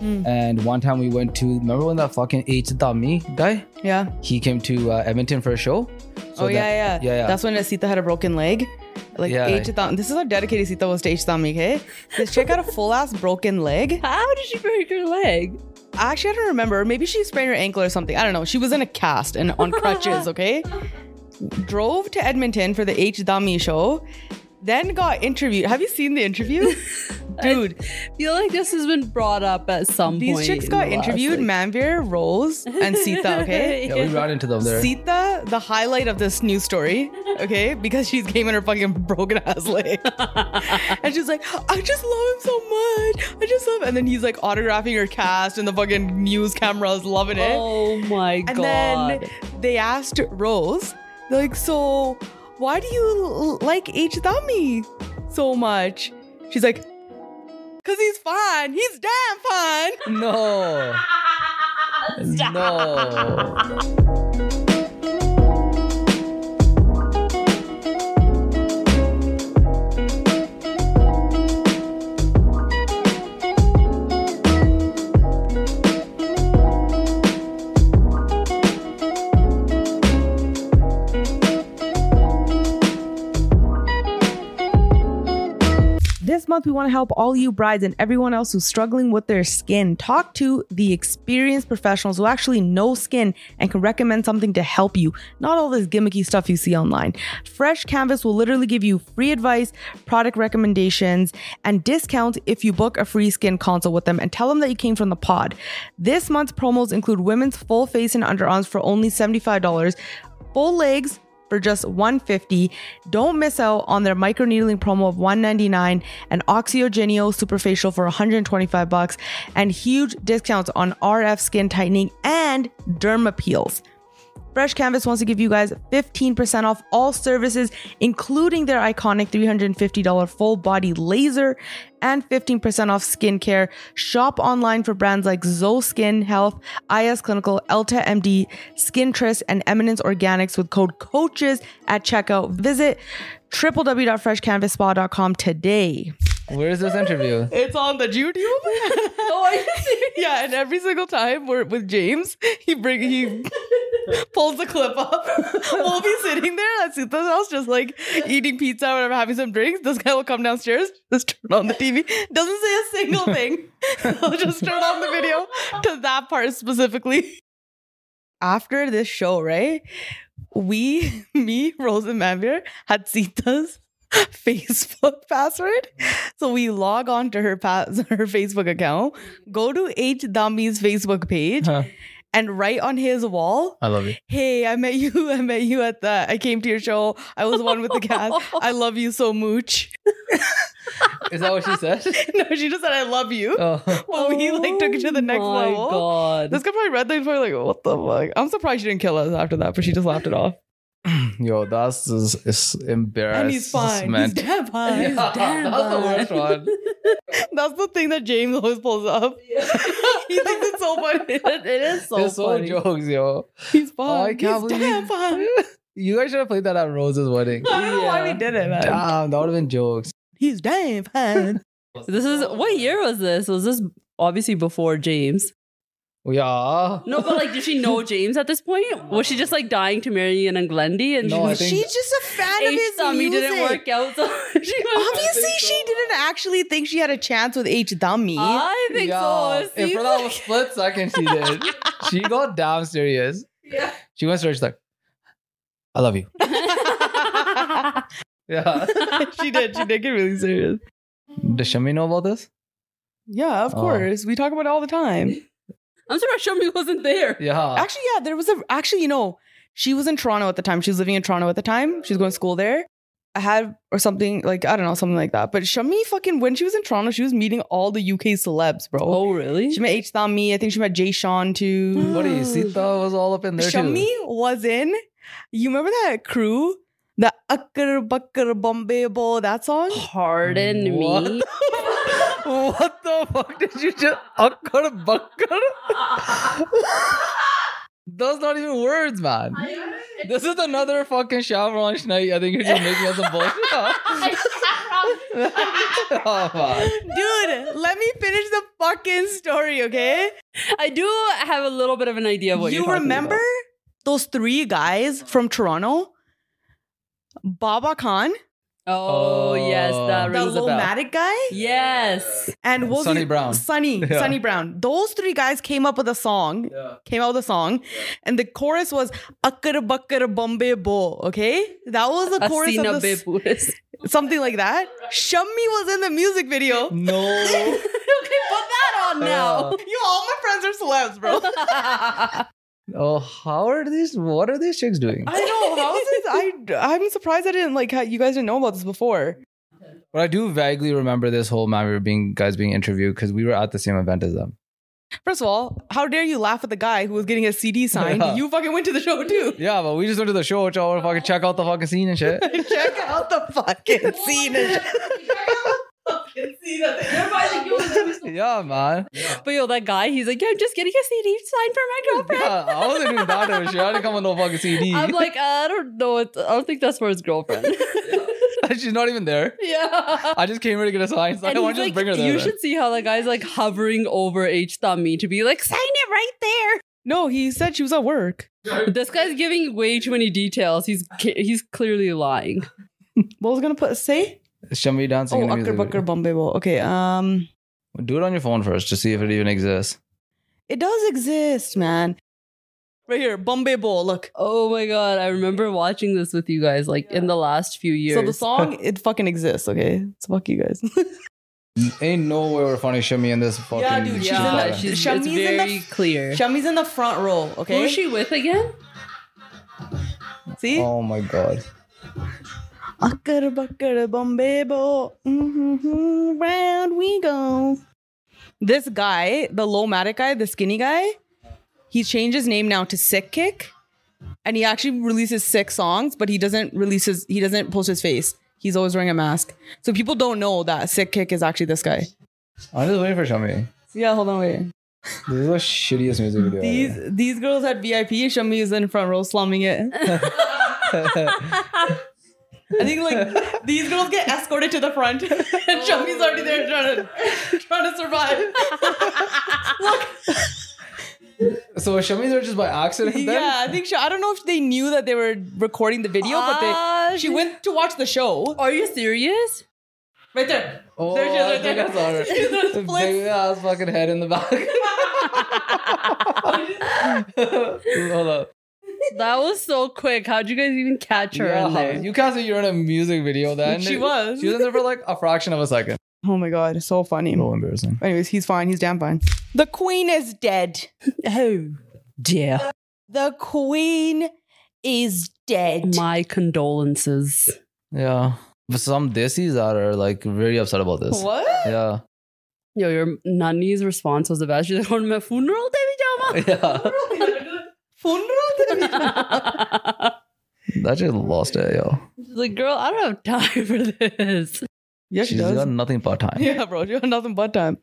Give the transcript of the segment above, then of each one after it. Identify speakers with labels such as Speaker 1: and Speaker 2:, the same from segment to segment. Speaker 1: And one time we went to remember when that fucking H Dami guy
Speaker 2: Yeah.
Speaker 1: he came to uh, Edmonton for a show. So
Speaker 2: oh, yeah,
Speaker 1: that-
Speaker 2: yeah.
Speaker 1: yeah, yeah.
Speaker 2: That's when Sita had a broken leg. Like,
Speaker 1: Yeah,
Speaker 2: yeah,
Speaker 1: like-
Speaker 2: this is how dedicated Sita was to H-Thami, okay? This chick had a full ass broken leg.
Speaker 3: How did she break her leg?
Speaker 2: Actually, I don't remember. Maybe she sprained her ankle or something. I don't know. She was in a cast and on crutches, okay? Drove to Edmonton for the H Dami show, then got interviewed. Have you seen the interview? Dude,
Speaker 3: feel like this has been brought up at some
Speaker 2: these
Speaker 3: point.
Speaker 2: chicks
Speaker 3: in
Speaker 2: got
Speaker 3: the last,
Speaker 2: interviewed
Speaker 3: like-
Speaker 2: Manveer, Rose, and Sita, okay?
Speaker 1: yeah, we ran into them there.
Speaker 2: Sita, the highlight of this news story, okay, because she's came in her fucking broken ass leg. and she's like, I just love him so much. I just love him. And then he's like autographing her cast and the fucking news cameras loving it.
Speaker 3: Oh my
Speaker 2: and
Speaker 3: god.
Speaker 2: then they asked Rose, they're like, so why do you l- like H. Dami so much? She's like, because he's fine. He's damn fine.
Speaker 1: No. No.
Speaker 2: This month, we want to help all you brides and everyone else who's struggling with their skin. Talk to the experienced professionals who actually know skin and can recommend something to help you, not all this gimmicky stuff you see online. Fresh Canvas will literally give you free advice, product recommendations, and discounts if you book a free skin consult with them and tell them that you came from the pod. This month's promos include women's full face and underarms for only $75, full legs, for just 150 don't miss out on their microneedling promo of 199 and oxygenio superfacial for 125 bucks and huge discounts on rf skin tightening and derma peels Fresh Canvas wants to give you guys 15% off all services, including their iconic $350 full body laser and 15% off skincare. Shop online for brands like Zoe Skin Health, IS Clinical, Elta MD, Skintress, and Eminence Organics with code COACHES at checkout. Visit www.freshcanvasspa.com today.
Speaker 1: Where is this interview?
Speaker 2: It's on the YouTube. yeah, and every single time we're with James, he bring he pulls the clip up. we'll be sitting there at Sita's house, just like eating pizza or whatever, having some drinks. This guy will come downstairs, just turn on the TV, doesn't say a single thing. He'll just turn on the video to that part specifically. After this show, right? We, me, Rose, and Manvir had Sita's Facebook password. So we log on to her pa- her Facebook account, go to H Dami's Facebook page,
Speaker 1: Huh.
Speaker 2: and write on his wall,
Speaker 1: I love you.
Speaker 2: "Hey, I met you. I met you at the. I came to your show. I was one with the cast. I love you so much."
Speaker 1: Is that what she said?
Speaker 2: no, she just said, "I love you."
Speaker 1: Oh.
Speaker 2: But we like took it to the next
Speaker 3: oh
Speaker 2: level.
Speaker 3: My god.
Speaker 2: This guy probably read that and probably like, "What the fuck?" I'm surprised she didn't kill us after that, but she just laughed it off.
Speaker 1: Yo, that's is, is embarrassing.
Speaker 2: And he's fine. He's damn fine.
Speaker 3: damn
Speaker 1: that's the worst one.
Speaker 2: That's the thing that James always pulls up. he thinks it's so funny.
Speaker 3: it is so
Speaker 1: There's so
Speaker 3: funny.
Speaker 1: jokes, yo.
Speaker 2: He's
Speaker 1: Oh, I
Speaker 2: fine.
Speaker 1: can't
Speaker 2: He's
Speaker 1: believe-
Speaker 2: damn fine.
Speaker 1: You guys should have played that at Rose's wedding.
Speaker 2: I don't know why
Speaker 3: Yeah.
Speaker 2: we did it, man.
Speaker 1: Damn, that would have been jokes.
Speaker 2: He's damn fine.
Speaker 3: This is what year was this? Was this obviously before James?
Speaker 1: Yeah.
Speaker 3: No, but like, did she know James at this point? Was she just like dying to marry an Glendy and
Speaker 1: No, I
Speaker 3: she
Speaker 1: think-
Speaker 2: She's just a fan of
Speaker 3: H
Speaker 2: his
Speaker 3: dummy
Speaker 2: music.
Speaker 3: didn't work out? So she
Speaker 2: Obviously, she didn't actually think she had a chance with H Dummy.
Speaker 3: I think
Speaker 1: Yeah,
Speaker 3: so. It
Speaker 1: And
Speaker 3: seems
Speaker 1: for that
Speaker 3: like-
Speaker 1: split second, she did. she got damn serious.
Speaker 3: Yeah.
Speaker 1: She went straight. She's like, "I love you." Yeah.
Speaker 2: she did. She did get really serious.
Speaker 1: Does Shami know about this?
Speaker 2: Yeah, of
Speaker 1: Oh.
Speaker 2: course. We talk about it all the time.
Speaker 3: I'm surprised Shumi wasn't there.
Speaker 1: Yeah.
Speaker 2: Actually, yeah, there was a. Actually, you know, she was in Toronto at the time. She was living in Toronto at the time. She was going to school there. I had or something like I don't know something like that. But Shami fucking when she was in Toronto, she was meeting all the UK celebs, bro.
Speaker 3: Oh, really?
Speaker 2: She met H Thami. I think she met Jay Sean too.
Speaker 1: what do you see? That was all up in there
Speaker 2: Shami
Speaker 1: too.
Speaker 2: was in. You remember that crew? The Akkar Bakkar Bombay Bo, that
Speaker 1: Oh,
Speaker 2: song?
Speaker 3: Pardon
Speaker 1: What?
Speaker 3: me.
Speaker 1: what the fuck did you just akkar bakkar? Those not even words, man. This is another fucking Chevron Schneid. I think you're just making up some bullshit.
Speaker 2: Dude, let me finish the fucking story, okay?
Speaker 3: I do have a little bit of an idea of what
Speaker 2: you
Speaker 3: you're talking
Speaker 2: remember
Speaker 3: about.
Speaker 2: those three guys from Toronto? Baba Khan,
Speaker 3: Oh, yes, that
Speaker 1: The
Speaker 2: the
Speaker 3: rings a bell.
Speaker 2: Lomatic guy,
Speaker 3: Yes.
Speaker 2: and what was
Speaker 1: Sonny
Speaker 2: his-
Speaker 1: Brown.
Speaker 2: Sonny,
Speaker 1: Yeah.
Speaker 2: Sonny Brown. Those three guys came up with a song,
Speaker 1: Oh,
Speaker 2: came out with a song, and the chorus was Akkara Bakkara Bombay Bo, okay? That was the chorus
Speaker 3: Asina
Speaker 2: of the, s-
Speaker 3: Bepuris.
Speaker 2: something like that. Shammi was in the music video.
Speaker 1: No.
Speaker 3: okay, put that on now.
Speaker 2: Yo, all my friends are celebs, bro.
Speaker 1: Oh, how are these? What are these chicks doing?
Speaker 2: I know. How is this? I I'm surprised I didn't like how you guys didn't know about this before.
Speaker 1: But I do vaguely remember this whole man we were being guys being interviewed because we were at the same event as them.
Speaker 2: First of all, how dare you laugh at the guy who was getting his CD signed?
Speaker 1: Yeah.
Speaker 2: You fucking went to the show too.
Speaker 1: Yeah, but we just went to the show, which I want to fucking check out the fucking scene and shit.
Speaker 2: Check out the fucking scene. and shit.
Speaker 1: yeah, man.
Speaker 3: But yo, that guy, he's like, yeah, I'm just getting a CD signed for my girlfriend.
Speaker 1: Yeah, I wasn't doing that type of shit. I didn't come with no fucking CD.
Speaker 3: I'm like, uh, I don't know. It's, I don't think that's for his girlfriend.
Speaker 1: She's not even there.
Speaker 3: yeah.
Speaker 1: I just came here to get a sign, so I
Speaker 3: And
Speaker 1: want
Speaker 3: he's
Speaker 1: to just
Speaker 3: like,
Speaker 1: bring her there.
Speaker 3: you
Speaker 1: then.
Speaker 3: should see how that guy's like hovering over H Tommy to be like, sign it right
Speaker 2: No, he said she was at work.
Speaker 3: there. This guy's giving way too many details. He's he's clearly lying.
Speaker 2: What was I gonna put say?
Speaker 1: Shami dancing.
Speaker 2: Oh,
Speaker 1: in the music
Speaker 2: Akkar
Speaker 1: video.
Speaker 2: Bakkar Bombay Bo. Okay, um,
Speaker 1: Do it on your phone first to see if it even exists.
Speaker 2: it does exist, man. Right here, Bombay Bo. Look.
Speaker 3: Oh my god, I remember watching this with you guys like in the last few years.
Speaker 2: So the song it fucking exists. Okay, so fuck you guys.
Speaker 1: Ain't no way we're finding Shami in this fucking.
Speaker 2: Yeah, dude, she's in
Speaker 3: yeah,
Speaker 2: the-
Speaker 3: she's, it's
Speaker 2: Shami's in the
Speaker 3: very clear.
Speaker 2: Shami's in the front row.
Speaker 3: Who
Speaker 2: Okay,
Speaker 3: is she with again?
Speaker 2: see.
Speaker 1: Oh my god.
Speaker 2: Akkar bakkar bombay bo. Mm-hmm, round we go. This guy, the low-matic guy, the skinny guy, he changed his name now to Sick Kick. And he actually releases six songs, but he doesn't release his he doesn't post his face. He's always wearing a mask. So people don't know that Sick Kick is actually this guy.
Speaker 1: I'm just waiting for Shami.
Speaker 2: Yeah, hold on, wait.
Speaker 1: This is the shittiest music video.
Speaker 2: These these girls had VIP. Shami is in front row slumming it. I think like these girls get escorted to the front, and Shami's already there trying to trying to survive.
Speaker 1: So was Shami there just by accident then?
Speaker 2: yeah, I think she, I don't know if they knew that they were recording the video, but
Speaker 3: Ah,
Speaker 2: they she went to watch the show
Speaker 3: Are you serious?
Speaker 2: right there.
Speaker 1: Oh,
Speaker 2: There she is,
Speaker 1: I
Speaker 2: right
Speaker 1: think
Speaker 2: there.
Speaker 1: I saw her.
Speaker 2: She's in
Speaker 1: The
Speaker 2: splits.
Speaker 1: Big ass fucking head in the back. Hold up.
Speaker 3: That was so quick. How'd you guys even catch her
Speaker 1: Yeah,
Speaker 3: in there?
Speaker 1: You can't say you're in a music video then.
Speaker 2: She was.
Speaker 1: She was in there for like a fraction of a second.
Speaker 2: Oh my god, so funny.
Speaker 1: embarrassing.
Speaker 2: Anyways, he's fine. He's damn fine. The queen is dead.
Speaker 3: oh dear.
Speaker 2: The queen is dead.
Speaker 3: My condolences.
Speaker 1: Yeah. But some desis that are like really upset about this.
Speaker 2: What?
Speaker 1: Yeah.
Speaker 3: Yo, your nanny's response was the best. She's like, on my funeral, Devi
Speaker 1: Yeah.
Speaker 2: Funeral?
Speaker 3: Jama.
Speaker 1: That just lost it, yo.
Speaker 3: She's like, girl, I don't have time for this.
Speaker 2: yeah,
Speaker 1: She's got nothing part time.
Speaker 2: Yeah, bro, you got nothing but time.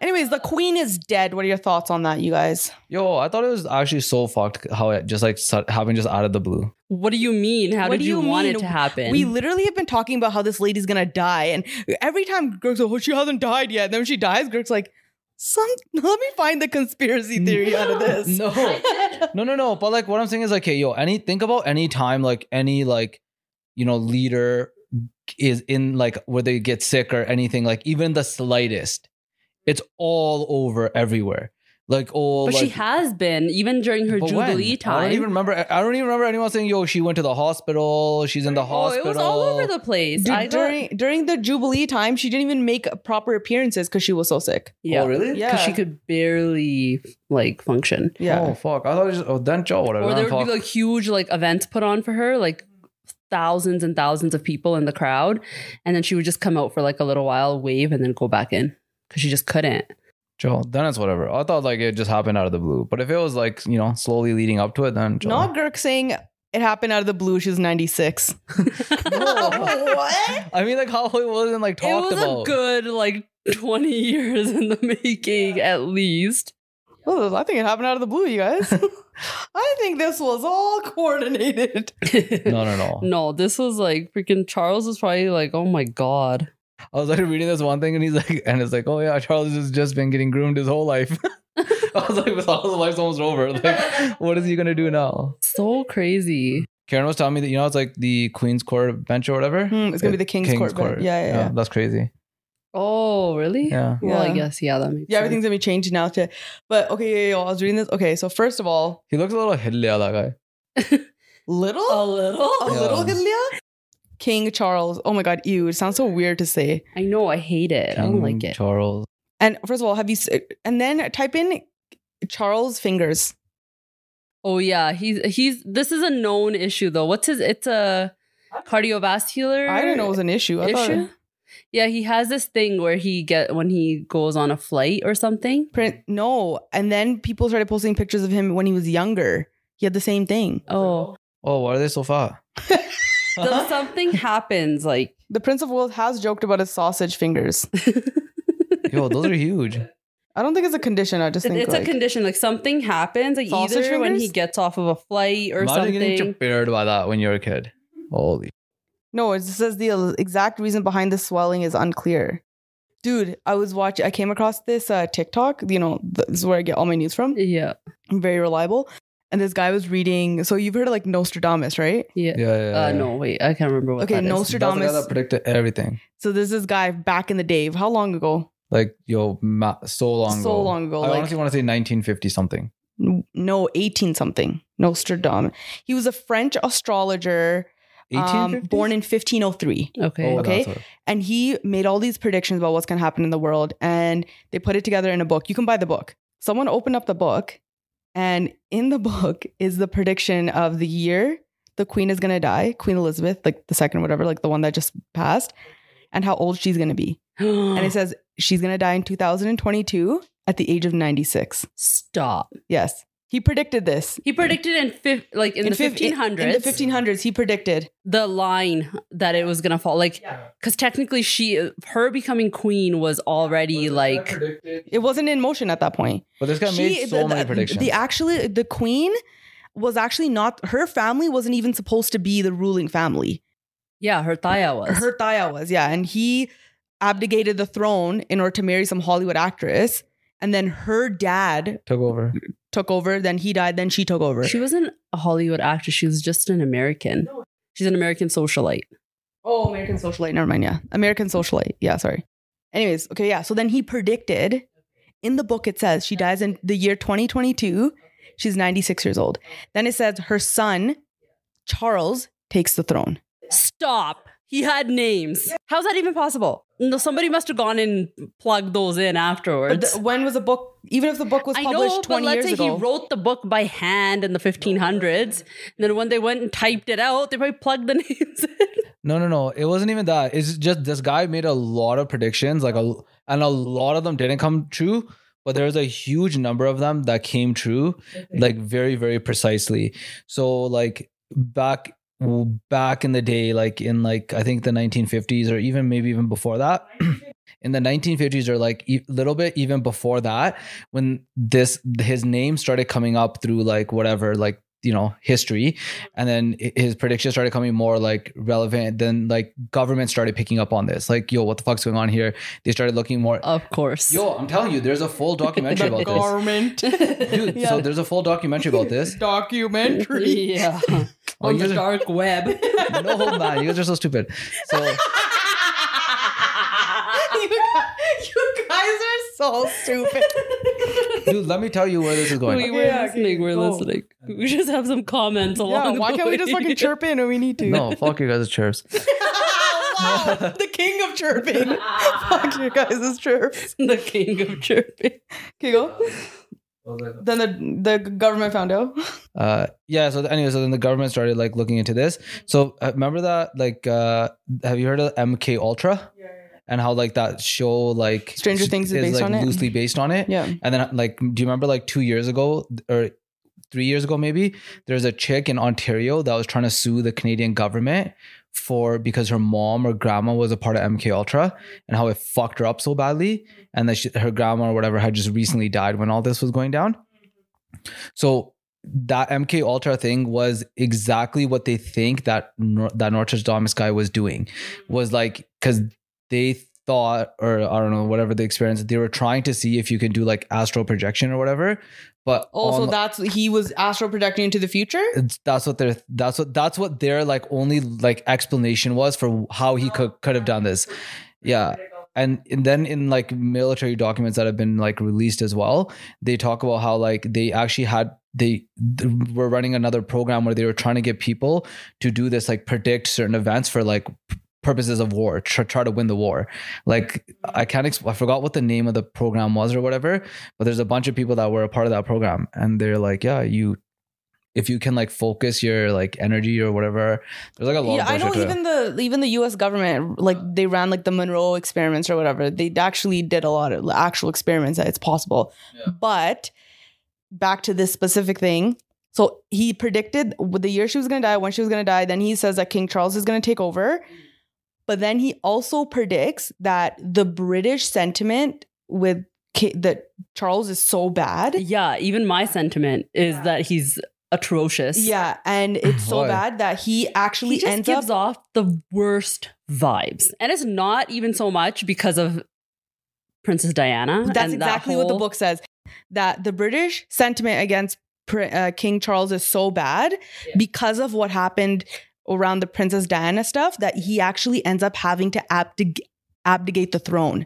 Speaker 2: Anyways, the queen is dead. What are your thoughts on that, you guys?
Speaker 1: Yo, I thought it was actually so fucked how it just like su- happened just out of the blue.
Speaker 3: What do you mean? How
Speaker 2: What do
Speaker 3: did you,
Speaker 2: you
Speaker 3: want
Speaker 2: mean?
Speaker 3: it to happen?
Speaker 2: We literally have been talking about how this lady's gonna die, and every time Greg's like, "Oh, she hasn't died yet," and then when she dies, Greg's like, "Some, let me find the conspiracy theory out of this."
Speaker 1: No, no, no, no. But like, what I'm saying is like, hey, yo, any think about any time like any like, you know, leader is in like where they get sick or anything like even the slightest, it's all over everywhere. Like oh,
Speaker 3: but she
Speaker 1: like-
Speaker 3: has been, even during her
Speaker 1: but when?
Speaker 3: Jubilee
Speaker 1: I
Speaker 3: time.
Speaker 1: don't even remember. I- I don't even remember anyone saying, "Yo, she went to the hospital. She's in the
Speaker 3: oh,
Speaker 1: hospital."
Speaker 3: it was all over the place.
Speaker 2: Dude,
Speaker 3: I got-
Speaker 2: during during the jubilee time, she didn't even make proper appearances because she was so sick.
Speaker 3: yeah.
Speaker 1: Oh, really?
Speaker 2: Yeah.
Speaker 3: Because she could barely like function.
Speaker 2: Yeah,
Speaker 1: Oh fuck! I thought it was just, oh then Joe whatever.
Speaker 3: Or
Speaker 1: then
Speaker 3: there would
Speaker 1: fuck.
Speaker 3: be like huge like events put on for her, like thousands and thousands of people in the crowd, and then she would just come out for like a little while, wave, and then go back in because she just couldn't.
Speaker 1: Joe, then it's whatever. I thought like it just happened out of the blue. But if it was like, you know, slowly leading up to it, then Joe.
Speaker 2: not Gurk saying it happened out of the blue. She was ninety six. what?
Speaker 1: I mean, like how it wasn't like
Speaker 3: it
Speaker 1: talked
Speaker 3: was
Speaker 1: about.
Speaker 3: a good like twenty years in the making at least.
Speaker 2: Well, I think it happened out of the blue, you guys. I think this was all coordinated.
Speaker 1: Not at all.
Speaker 3: No, this was like freaking Charles was probably like, oh my god.
Speaker 1: I was like reading this one thing, and he's like, and it's like, oh yeah, Charles has just been getting groomed his whole life. I was like, his whole life's almost over. Like, what is he gonna do now?
Speaker 3: So crazy.
Speaker 1: Karen was telling me that you know it's like the Queen's Court bench or whatever.
Speaker 2: Hmm, it's gonna be the King's, Court. but- Yeah, yeah, yeah.
Speaker 1: that's crazy.
Speaker 3: Oh, really?
Speaker 1: Yeah,
Speaker 3: Well,
Speaker 2: Yeah.
Speaker 3: I guess yeah, that makes
Speaker 2: Yeah,
Speaker 3: sense.
Speaker 2: everything's gonna be changed now. To, but okay, yeah, yeah, yeah, I was reading this. Okay, so first of all,
Speaker 1: he looks a little hilly, that guy.
Speaker 2: little,
Speaker 3: a little.
Speaker 2: a little Hilia, King Charles. Oh my God, ew! It sounds so weird to say.
Speaker 3: I know, I hate it. I don't like
Speaker 1: King
Speaker 3: it.
Speaker 1: Charles.
Speaker 2: And first of all, have you? s- And then type in Charles fingers.
Speaker 3: Oh yeah, he's he's. This is a known issue though. What's his? It's a cardiovascular.
Speaker 2: I didn't know it was an issue. I thought-
Speaker 3: issue. Yeah, he has this thing where he get when he goes on a flight or something.
Speaker 2: Print no. And then people started posting pictures of him when he was younger. He had the same thing.
Speaker 3: Oh,
Speaker 1: Oh, why are they so fat?
Speaker 2: Uh-huh.
Speaker 3: so something happens like
Speaker 2: The Prince of Wales has joked about his sausage fingers.
Speaker 1: Yo, those are huge.
Speaker 2: I don't think it's a condition. I just
Speaker 3: It-
Speaker 2: think
Speaker 3: it's
Speaker 2: like,
Speaker 3: a condition. Like something happens, like either
Speaker 2: Sausage
Speaker 3: when
Speaker 2: fingers?
Speaker 3: he gets off of a flight or
Speaker 1: Imagine getting
Speaker 3: something.
Speaker 1: prepared by that when you're a kid. Holy.
Speaker 2: No, it says the exact reason behind the swelling is unclear. Dude, I was watching. I came across this uh, TikTok. You know, th- this is where I get all my news from.
Speaker 3: Yeah, Uh,
Speaker 2: I'm very reliable. And this guy was reading. So you've heard of like Nostradamus, right?
Speaker 3: yeah.
Speaker 1: Yeah, yeah. yeah.
Speaker 3: uh, No, wait, I can't remember what.
Speaker 2: Okay,
Speaker 3: that is.
Speaker 2: no-
Speaker 1: That's the guy
Speaker 2: Nostradamus-
Speaker 1: that predicted everything.
Speaker 2: So there's this guy back in the day. How long ago?
Speaker 1: Like yo, ma- so long.
Speaker 2: So
Speaker 1: ago.
Speaker 2: long ago,
Speaker 1: I
Speaker 2: like-
Speaker 1: honestly want to say 1950 something.
Speaker 2: N- No, 18 something. Nostradamus. He was a French astrologer um,
Speaker 1: 1850.
Speaker 2: born in 1503.
Speaker 3: Okay.
Speaker 1: Oh,
Speaker 2: okay.
Speaker 1: that's what-
Speaker 2: And he made all these predictions about what's going to happen in the world. And they put it together in a book. You can buy the book. Someone opened up the book. And in the book is the prediction of the year the queen is going to die, Queen Elizabeth, like the second, whatever, like the one that just passed, and how old she's going to be. and it says she's going to die in 2022 at the age of 96.
Speaker 3: stop.
Speaker 2: Yes. He predicted this.
Speaker 3: He predicted in fif- like in, the
Speaker 2: fif-
Speaker 3: fifteen
Speaker 2: In the
Speaker 3: hundreds
Speaker 2: 1500s, he predicted.
Speaker 3: the line that it was gonna fall. Like, because technically she her becoming queen was already like
Speaker 2: It wasn't in motion at that point.
Speaker 1: But this guy
Speaker 2: She-
Speaker 1: made so
Speaker 2: the-
Speaker 1: many
Speaker 2: the-
Speaker 1: predictions.
Speaker 2: The actually the queen was actually not her family wasn't even supposed to be the ruling family.
Speaker 3: yeah her thaya was
Speaker 2: Her Thaya was, yeah, and he abdicated the throne in order to marry some Hollywood actress. And then her dad
Speaker 1: Took over.
Speaker 2: took over. Then he died. Then she took over.
Speaker 3: She wasn't a Hollywood actress. She was just an American. She's an American socialite.
Speaker 2: Oh, American Socialite. Never mind. Yeah. American Socialite. Yeah. Sorry. Anyways, okay. Yeah. So then he predicted in the book, it says she dies in the year 2022. She's 96 years old. Then it says her son, Charles, takes the throne.
Speaker 3: Stop. He had names. How's that even possible? No, somebody must have gone and plugged those in
Speaker 2: But
Speaker 3: afterwards.
Speaker 2: the- when was the book, even if the book was
Speaker 3: I
Speaker 2: published
Speaker 3: know,
Speaker 2: 20
Speaker 3: but let's
Speaker 2: years
Speaker 3: say
Speaker 2: ago?
Speaker 3: he wrote the book by hand in the 1500s. And then when they went and typed it out, they probably plugged the names in.
Speaker 1: No, no, no. It wasn't even that. It's just this guy made a lot of predictions, like a and a lot of them didn't come true, but there's a huge number of them that came true, like very, very precisely. So like back back in the day, like in like I think the 1950s or even maybe even before that. In the 1950s, or like a little bit even before that, when this his name started coming up through like whatever, like you know, history, and then i- his predictions started coming more like relevant then like government started picking up on this like yo what the fuck's going on here they started looking more
Speaker 3: Of course.
Speaker 1: yo i'm telling you there's a full documentary
Speaker 3: The
Speaker 1: about this dude so there's a full documentary about this
Speaker 2: documentary.
Speaker 3: yeah.
Speaker 1: Oh,
Speaker 3: On the
Speaker 1: you're-
Speaker 3: dark web.
Speaker 1: no man you guys are so stupid so
Speaker 2: you, guys, you guys are so stupid.
Speaker 1: dude let me tell you where this is
Speaker 3: we
Speaker 1: going
Speaker 3: were
Speaker 2: Yeah, okay,
Speaker 3: listening. We're
Speaker 2: go.
Speaker 3: listening. We just have some comments along.
Speaker 2: yeah,
Speaker 3: the
Speaker 2: why can't we just
Speaker 3: way.
Speaker 2: fucking chirp in when we need to?
Speaker 1: no fuck you guys chirps
Speaker 2: wow, the king of chirping. Fuck you guys, this chirps.
Speaker 3: the king of chirping?
Speaker 2: Okay, go. Then the the government found out.
Speaker 1: uh yeah so anyway so then the government started like looking into this so uh, remember that like uh have you heard of mk ultra and how like that show like
Speaker 2: Stranger Things is based
Speaker 1: like
Speaker 2: on it?
Speaker 1: loosely based on it
Speaker 2: Yeah.
Speaker 1: And then, like, do you remember like two years ago or three years ago, maybe? There's a chick in Ontario that was trying to sue the Canadian government for because her mom or grandma was a part of MK Ultra and how it fucked her up so badly, and that she, her grandma or whatever had just recently died when all this was going down. So that MK Ultra thing was exactly what they think that Nor- that Northridge Domus guy was doing, was like because they thought or I don't know whatever the experience they were trying to see if you can do like astral projection or whatever, but
Speaker 2: Also,
Speaker 1: on-
Speaker 2: Oh, that's he was astral projecting into the future.
Speaker 1: it's- that's what their that's what that's what their like only like explanation was for how he could could have done this yeah and, and then in like military documents that have been like released as well they talk about how like they actually had they, they were running another program where they were trying to get people to do this like predict certain events for like p- purposes of war try, try to win the war like i can't exp- i forgot what the name of the program was or whatever but there's a bunch of people that were a part of that program and they're like yeah you if you can like focus your like energy or whatever there's like a lot
Speaker 2: Yeah,
Speaker 1: of
Speaker 2: I
Speaker 1: bullshit to
Speaker 2: know
Speaker 1: it.
Speaker 2: even the even the U.S. government like they ran like the Monroe experiments or whatever. They actually did a lot of actual experiments that it's possible. But back to this specific thing. So he predicted with the year she was going to die, when she was going to die. Then he says that King Charles is going to take over. But then he also predicts that the British sentiment with Ki- that Charles is so bad.
Speaker 3: Yeah, even my sentiment is
Speaker 2: Yeah.
Speaker 3: that he's atrocious.
Speaker 2: Yeah, and it's so
Speaker 1: Why?
Speaker 2: bad that he actually
Speaker 3: He just
Speaker 2: ends
Speaker 3: gives
Speaker 2: up.
Speaker 3: off the worst vibes. And it's not even so much because of Princess Diana.
Speaker 2: That's
Speaker 3: and that
Speaker 2: exactly what the
Speaker 3: whole-
Speaker 2: book says. That the British sentiment against Pr- uh, King Charles is so bad
Speaker 3: Yeah.
Speaker 2: because of what happened around the Princess Diana stuff that he actually ends up having to abdig- abdicate the throne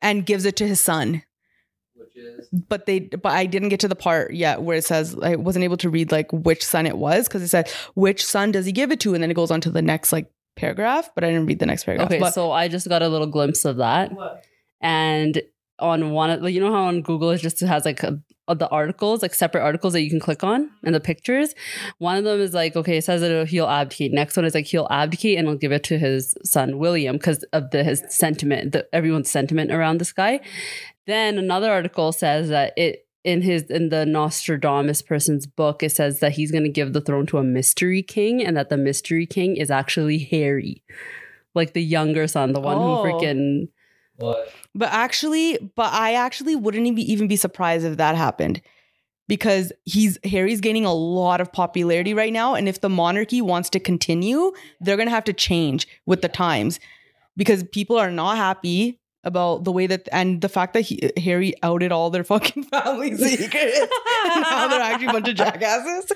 Speaker 2: and gives it to his son. But they, but I didn't get to the part yet where it says I wasn't able to read like which son it was because it said which son does he give it to, and then it goes on to the next like paragraph. But I didn't read the next paragraph.
Speaker 3: Okay,
Speaker 2: But-
Speaker 3: so I just got a little glimpse of that. And on one of, like, you know how on Google it just has like a, of the articles, like separate articles that you can click on and the pictures. One of them is like, okay, it says that he'll abdicate. Next one is like, he'll abdicate and he'll give it to his son, William, because of the, his sentiment, the, everyone's sentiment around this guy. Then another article says that it, in his in the Nostradamus person's book, it says that he's going to give the throne to a mystery king, and that the mystery king is actually Harry, like the younger son, the one
Speaker 2: Oh.
Speaker 3: who freaking
Speaker 2: But actually, but I actually wouldn't even even be surprised if that happened because he's Harry's gaining a lot of popularity right now and if the monarchy wants to continue, they're going to have to change with the times because people are not happy about the way that and the fact that he, Harry outed all their fucking family secrets. and now they're actually a bunch of jackasses.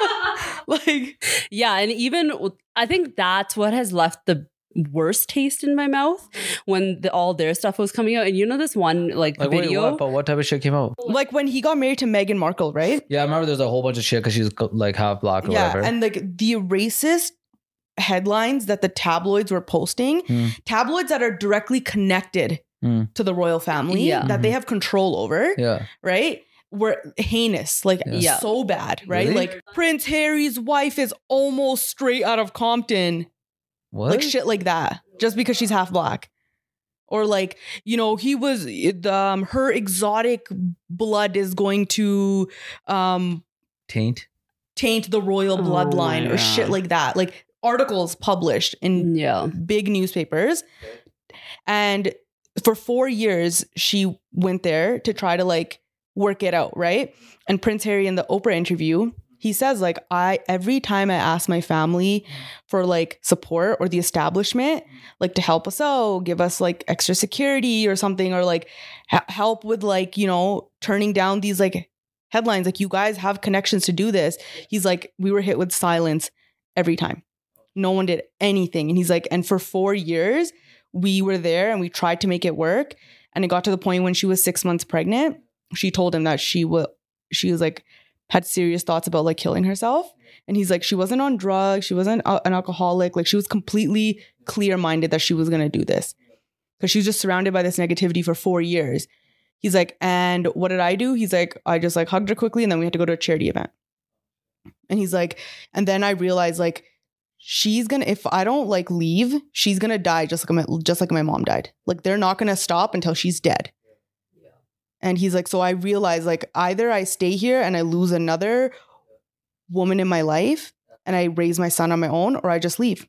Speaker 2: like
Speaker 3: Yeah, and even I think that's what has left the worst taste in my mouth when the, all their stuff was coming out. And you know this one like,
Speaker 1: Like wait,
Speaker 3: video.
Speaker 1: what? But what type of shit came out?
Speaker 2: like when he got married to Meghan Markle, right?
Speaker 1: Yeah, I remember there's a whole bunch of shit because she's co- like half black or
Speaker 2: yeah,
Speaker 1: whatever.
Speaker 2: and like the racist headlines that the tabloids were posting,
Speaker 1: Hmm.
Speaker 2: tabloids that are directly connected
Speaker 1: Hmm.
Speaker 2: to the royal family
Speaker 3: Yeah.
Speaker 2: that they have control over,
Speaker 1: yeah,
Speaker 2: right? Were heinous, like
Speaker 1: Yeah.
Speaker 3: Yeah.
Speaker 2: so bad, right?
Speaker 1: Really?
Speaker 2: Like Prince Harry's wife is almost straight out of Compton,
Speaker 1: what?
Speaker 2: like shit like that, just because she's half black. Or like you know he was um, her exotic blood is going to um,
Speaker 1: Taint.
Speaker 2: taint the royal
Speaker 3: Oh
Speaker 2: bloodline
Speaker 3: my
Speaker 2: or shit
Speaker 3: God.
Speaker 2: like that. Like articles published in
Speaker 3: yeah,
Speaker 2: big newspapers. And for four years, she went there to try to like work it out, right? And Prince Harry in the Oprah interview, he says, like, I every time I ask my family for like support or the establishment, like to help us out, give us like extra security or something, or like h- help with like, you know, turning down these like headlines, like, you guys have connections to do this. He's like, we were hit with silence every time. No one did anything. And he's like, and for four years, we were there and we tried to make it work. And it got to the point when she was six months pregnant, she told him that she will, she was like, had serious thoughts about like killing herself. And he's like, she wasn't on drugs. She wasn't a- an alcoholic. Like, she was completely clear minded that she was going to do this because she was just surrounded by this negativity for four years. He's like, and what did I do? He's like, I just like hugged her quickly and then we had to go to a charity event. And he's like, and then I realized like she's gonna if I don't like leave, she's gonna die just like my just like my mom died. Like they're not gonna stop until she's dead. And he's like, so I realized like either I stay here and I lose another woman in my life and I raise my son on my own, or I just leave.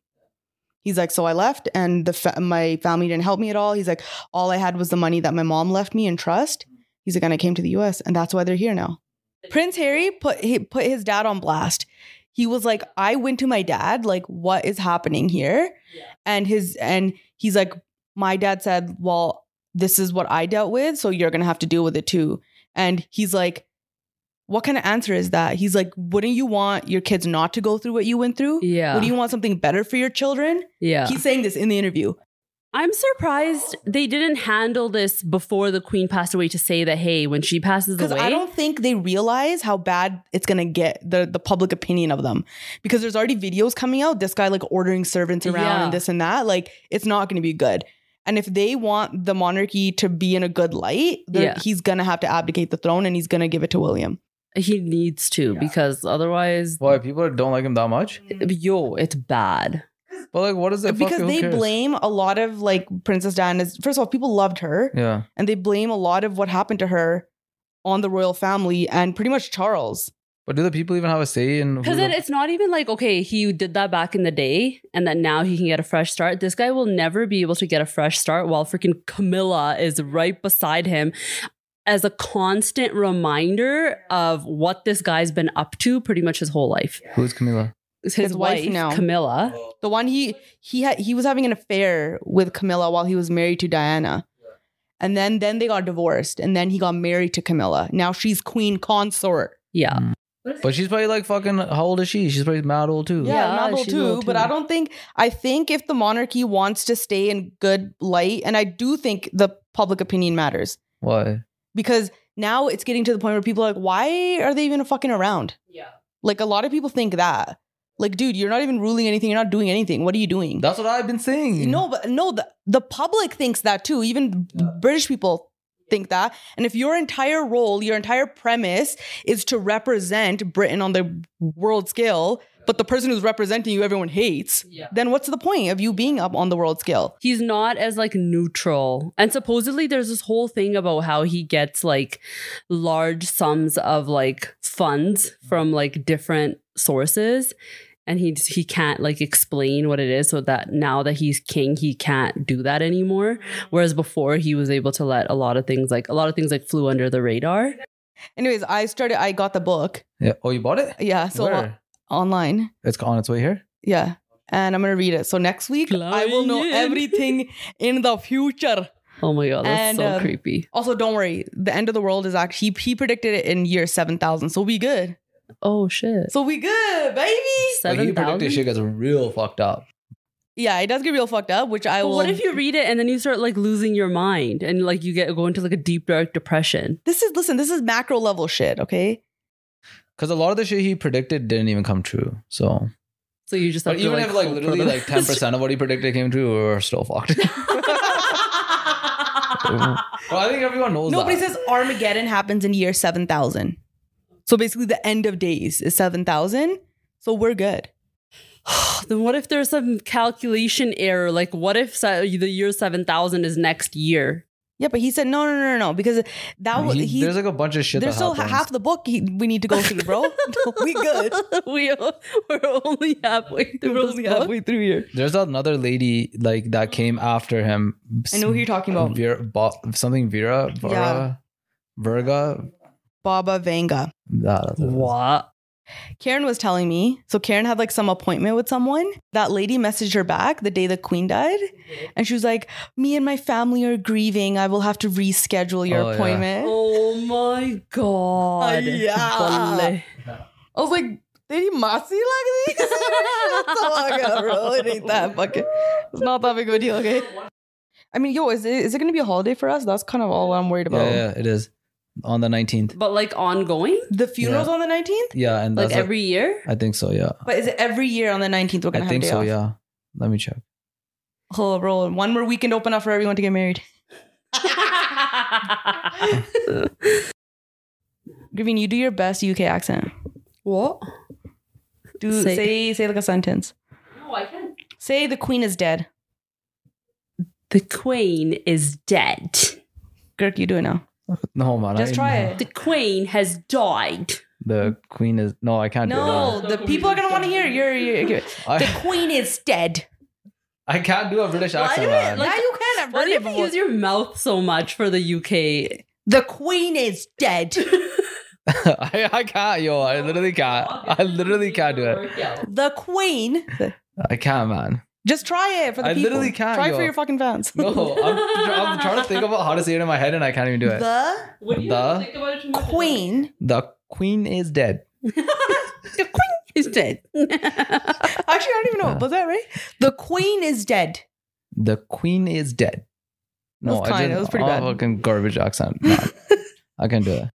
Speaker 2: He's like, so I left, and the fa- my family didn't help me at all. He's like, all I had was the money that my mom left me in trust. He's like, and I came to the U.S. and that's why they're here now. Prince Harry put he put his dad on blast. He was like, I went to my dad, like, what is happening here? And his and he's like, my dad said, well, this is what I dealt with, so you're gonna have to deal with it too. And he's like, what kind of answer is that? He's like, wouldn't you want your kids not to go through what you went through?
Speaker 3: Yeah.
Speaker 2: Would you want something better for your children?
Speaker 3: yeah.
Speaker 2: He's saying this in the interview.
Speaker 3: I'm surprised they didn't handle this before the queen passed away to say that, hey, when she passes
Speaker 2: Because
Speaker 3: away.
Speaker 2: I don't think they realize how bad it's gonna get the the public opinion of them. Because there's already videos coming out, this guy like ordering servants around
Speaker 3: Yeah.
Speaker 2: and this and that. Like it's not gonna be good. And if they want the monarchy to be in a good light, they're-
Speaker 3: Yeah.
Speaker 2: he's gonna have to abdicate the throne and he's gonna give it to William.
Speaker 3: he needs to
Speaker 1: Yeah.
Speaker 3: because otherwise,
Speaker 1: Why people don't like him that much?
Speaker 3: yo, it's bad.
Speaker 1: But like, what is it?
Speaker 2: because
Speaker 1: Fuck it, who
Speaker 2: they
Speaker 1: cares?
Speaker 2: blame a lot of like Princess Diana's first of all, people loved her.
Speaker 1: Yeah,
Speaker 2: and they blame a lot of what happened to her on the royal family and pretty much Charles.
Speaker 1: but do the people even have a say in? who
Speaker 3: Because
Speaker 1: the-
Speaker 3: it, it's not even like, okay, he did that back in the day and that now he can get a fresh start. This guy will never be able to get a fresh start while freaking Camilla is right beside him as a constant reminder of what this guy's been up to pretty much his whole life.
Speaker 1: Who's Camila?
Speaker 3: His,
Speaker 2: His wife
Speaker 3: wife,
Speaker 2: now.
Speaker 3: Camilla.
Speaker 2: The one he he had he was having an affair with Camilla while he was married to Diana. And then then they got divorced and then he got married to Camilla. Now she's queen consort.
Speaker 3: Yeah.
Speaker 1: But she's probably like fucking. How old is she? She's probably mad old too.
Speaker 3: Yeah,
Speaker 2: Mabel
Speaker 3: she's
Speaker 2: too,
Speaker 3: old
Speaker 2: but
Speaker 3: too.
Speaker 2: I don't think I think if the monarchy wants to stay in good light and I do think the public opinion matters
Speaker 1: Why?
Speaker 2: because now it's getting to the point where people are like why are they even fucking around?
Speaker 3: Yeah.
Speaker 2: Like a lot of people think that. Like, dude, you're not even ruling anything. You're not doing anything. What are you doing?
Speaker 1: That's what I've been saying.
Speaker 2: no, but no, the, the public thinks that too. Even British people think that. And if your entire role, your entire premise is to represent Britain on the world scale, but the person who's representing you, everyone hates,
Speaker 3: Yeah.
Speaker 2: then what's the point of you being up on the world scale?
Speaker 3: he's not as like neutral and supposedly there's this whole thing about how he gets like large sums of like funds from like different sources and he he can't like explain what it is so that now that he's king he can't do that anymore whereas before he was able to let a lot of things like a lot of things like flew under the radar
Speaker 2: Anyways, I started, I got the book.
Speaker 1: Yeah. Oh, you bought it?
Speaker 2: Yeah. So uh,
Speaker 1: Where?
Speaker 2: online.
Speaker 1: It's on its way here.
Speaker 2: Yeah. And I'm going to read it. So next week, I will know
Speaker 3: Flying.
Speaker 2: everything in the future.
Speaker 3: oh my god that's
Speaker 2: And,
Speaker 3: so
Speaker 2: um,
Speaker 3: creepy
Speaker 2: Also, don't worry. The end of the world is actually he, he predicted it in year seven thousand. So we good.
Speaker 3: oh shit
Speaker 2: So we good, baby.
Speaker 1: Like, he
Speaker 3: Seven
Speaker 1: predicted shit
Speaker 3: thousand.
Speaker 1: gets real fucked up.
Speaker 2: Yeah, it does get real fucked up, which I
Speaker 3: But
Speaker 2: will.
Speaker 3: what if you read it and then you start like losing your mind and like you get go into like a deep dark depression?
Speaker 2: This is listen. This is macro level shit. Okay.
Speaker 1: Because a lot of the shit he predicted didn't even come true. So,
Speaker 3: So you just have
Speaker 1: but
Speaker 3: to
Speaker 1: even
Speaker 3: like,
Speaker 1: if like
Speaker 3: hope for
Speaker 1: literally
Speaker 3: the
Speaker 1: like ten
Speaker 3: best.
Speaker 1: percent of what he predicted came true, we're still fucked. well, I think everyone knows
Speaker 2: Nobody
Speaker 1: that.
Speaker 2: says Armageddon happens in year seven thousand. So basically, the end of days is seven thousand. So we're good.
Speaker 3: then what if there's some calculation error? Like what if se- the year seven thousand is next year?
Speaker 2: Yeah, but he said no, no, no, no, no, because that was
Speaker 1: He-
Speaker 2: he.
Speaker 1: there's like a bunch of shit. There's
Speaker 2: there's still
Speaker 1: that happens.
Speaker 2: ha- half the book he, we need to go through, bro. we good.
Speaker 3: we we're only halfway through.
Speaker 2: We're
Speaker 3: this
Speaker 2: only
Speaker 3: book.
Speaker 2: halfway through here.
Speaker 1: There's another lady like that came after him.
Speaker 2: I know who you're talking about.
Speaker 1: Vera, Bo- something Vera, Vera, Verga.
Speaker 2: Baba Vanga.
Speaker 1: That- that's it.
Speaker 3: What?
Speaker 2: Karen was telling me, so Karen had like some appointment with someone. That lady messaged her back the day the queen died. And she was like, Me and my family are grieving. I will have to reschedule your
Speaker 1: Oh, yeah.
Speaker 2: appointment.
Speaker 3: Oh my god!
Speaker 2: Uh, yeah.
Speaker 3: Bale.
Speaker 2: I was like, Did he messy like this? it ain't that fucking, it's not that big of a deal, okay? I mean, yo, is it, is it gonna be a holiday for us? That's kind of all I'm worried about.
Speaker 1: Yeah, yeah, it is on the 19th.
Speaker 3: But like ongoing,
Speaker 2: The funeral's on the 19th?
Speaker 1: Yeah, and
Speaker 3: like
Speaker 1: that's
Speaker 3: every year.
Speaker 1: I think so. Yeah,
Speaker 2: But is it every year on the 19th we're gonna
Speaker 1: I
Speaker 2: have
Speaker 1: think
Speaker 2: a day
Speaker 1: so.
Speaker 2: off?
Speaker 1: Yeah, let me check.
Speaker 2: Oh, bro, one more weekend open up for everyone to get married. Graveen, you do your best UK accent.
Speaker 3: what?
Speaker 2: Do say
Speaker 3: Say-
Speaker 2: say, like a sentence.
Speaker 3: No, I can't.
Speaker 2: Say the queen is dead.
Speaker 3: The queen is dead.
Speaker 2: Girk, you do it now.
Speaker 1: No man,
Speaker 2: Just
Speaker 1: I-
Speaker 2: try it.
Speaker 3: The queen has died.
Speaker 1: The queen is no, I can't. do
Speaker 2: No,
Speaker 1: that.
Speaker 2: the people are gonna want to hear your. your, your-
Speaker 1: I,
Speaker 2: the queen is dead.
Speaker 1: I can't do a British
Speaker 3: Why
Speaker 1: accent.
Speaker 3: do
Speaker 1: man.
Speaker 3: it? Like,
Speaker 4: now you can. I've
Speaker 3: Why
Speaker 4: heard
Speaker 3: do you
Speaker 4: it
Speaker 3: have to
Speaker 4: before.
Speaker 3: use your mouth so much for the UK?
Speaker 4: the queen is dead.
Speaker 1: I, I can't, yo. I literally can't. I literally can't do it.
Speaker 4: The queen.
Speaker 1: I can't, man.
Speaker 2: Just try it for the
Speaker 1: I
Speaker 2: people.
Speaker 1: literally can't,
Speaker 2: Try it
Speaker 1: yo.
Speaker 2: for your fucking fans.
Speaker 1: No, I'm, I'm trying to think about how to say it in my head, and I can't even do it.
Speaker 4: The
Speaker 3: What
Speaker 1: do you The think
Speaker 3: about it too
Speaker 4: queen.
Speaker 1: The queen is dead.
Speaker 3: the queen is dead.
Speaker 2: Actually, I don't even know.
Speaker 1: Uh.
Speaker 2: Was that right?
Speaker 4: The queen is dead.
Speaker 1: The queen is dead.
Speaker 2: That was
Speaker 1: I
Speaker 2: fine.
Speaker 1: did-
Speaker 2: That was pretty
Speaker 1: oh,
Speaker 2: bad.
Speaker 1: Fucking garbage accent. man. I can do it.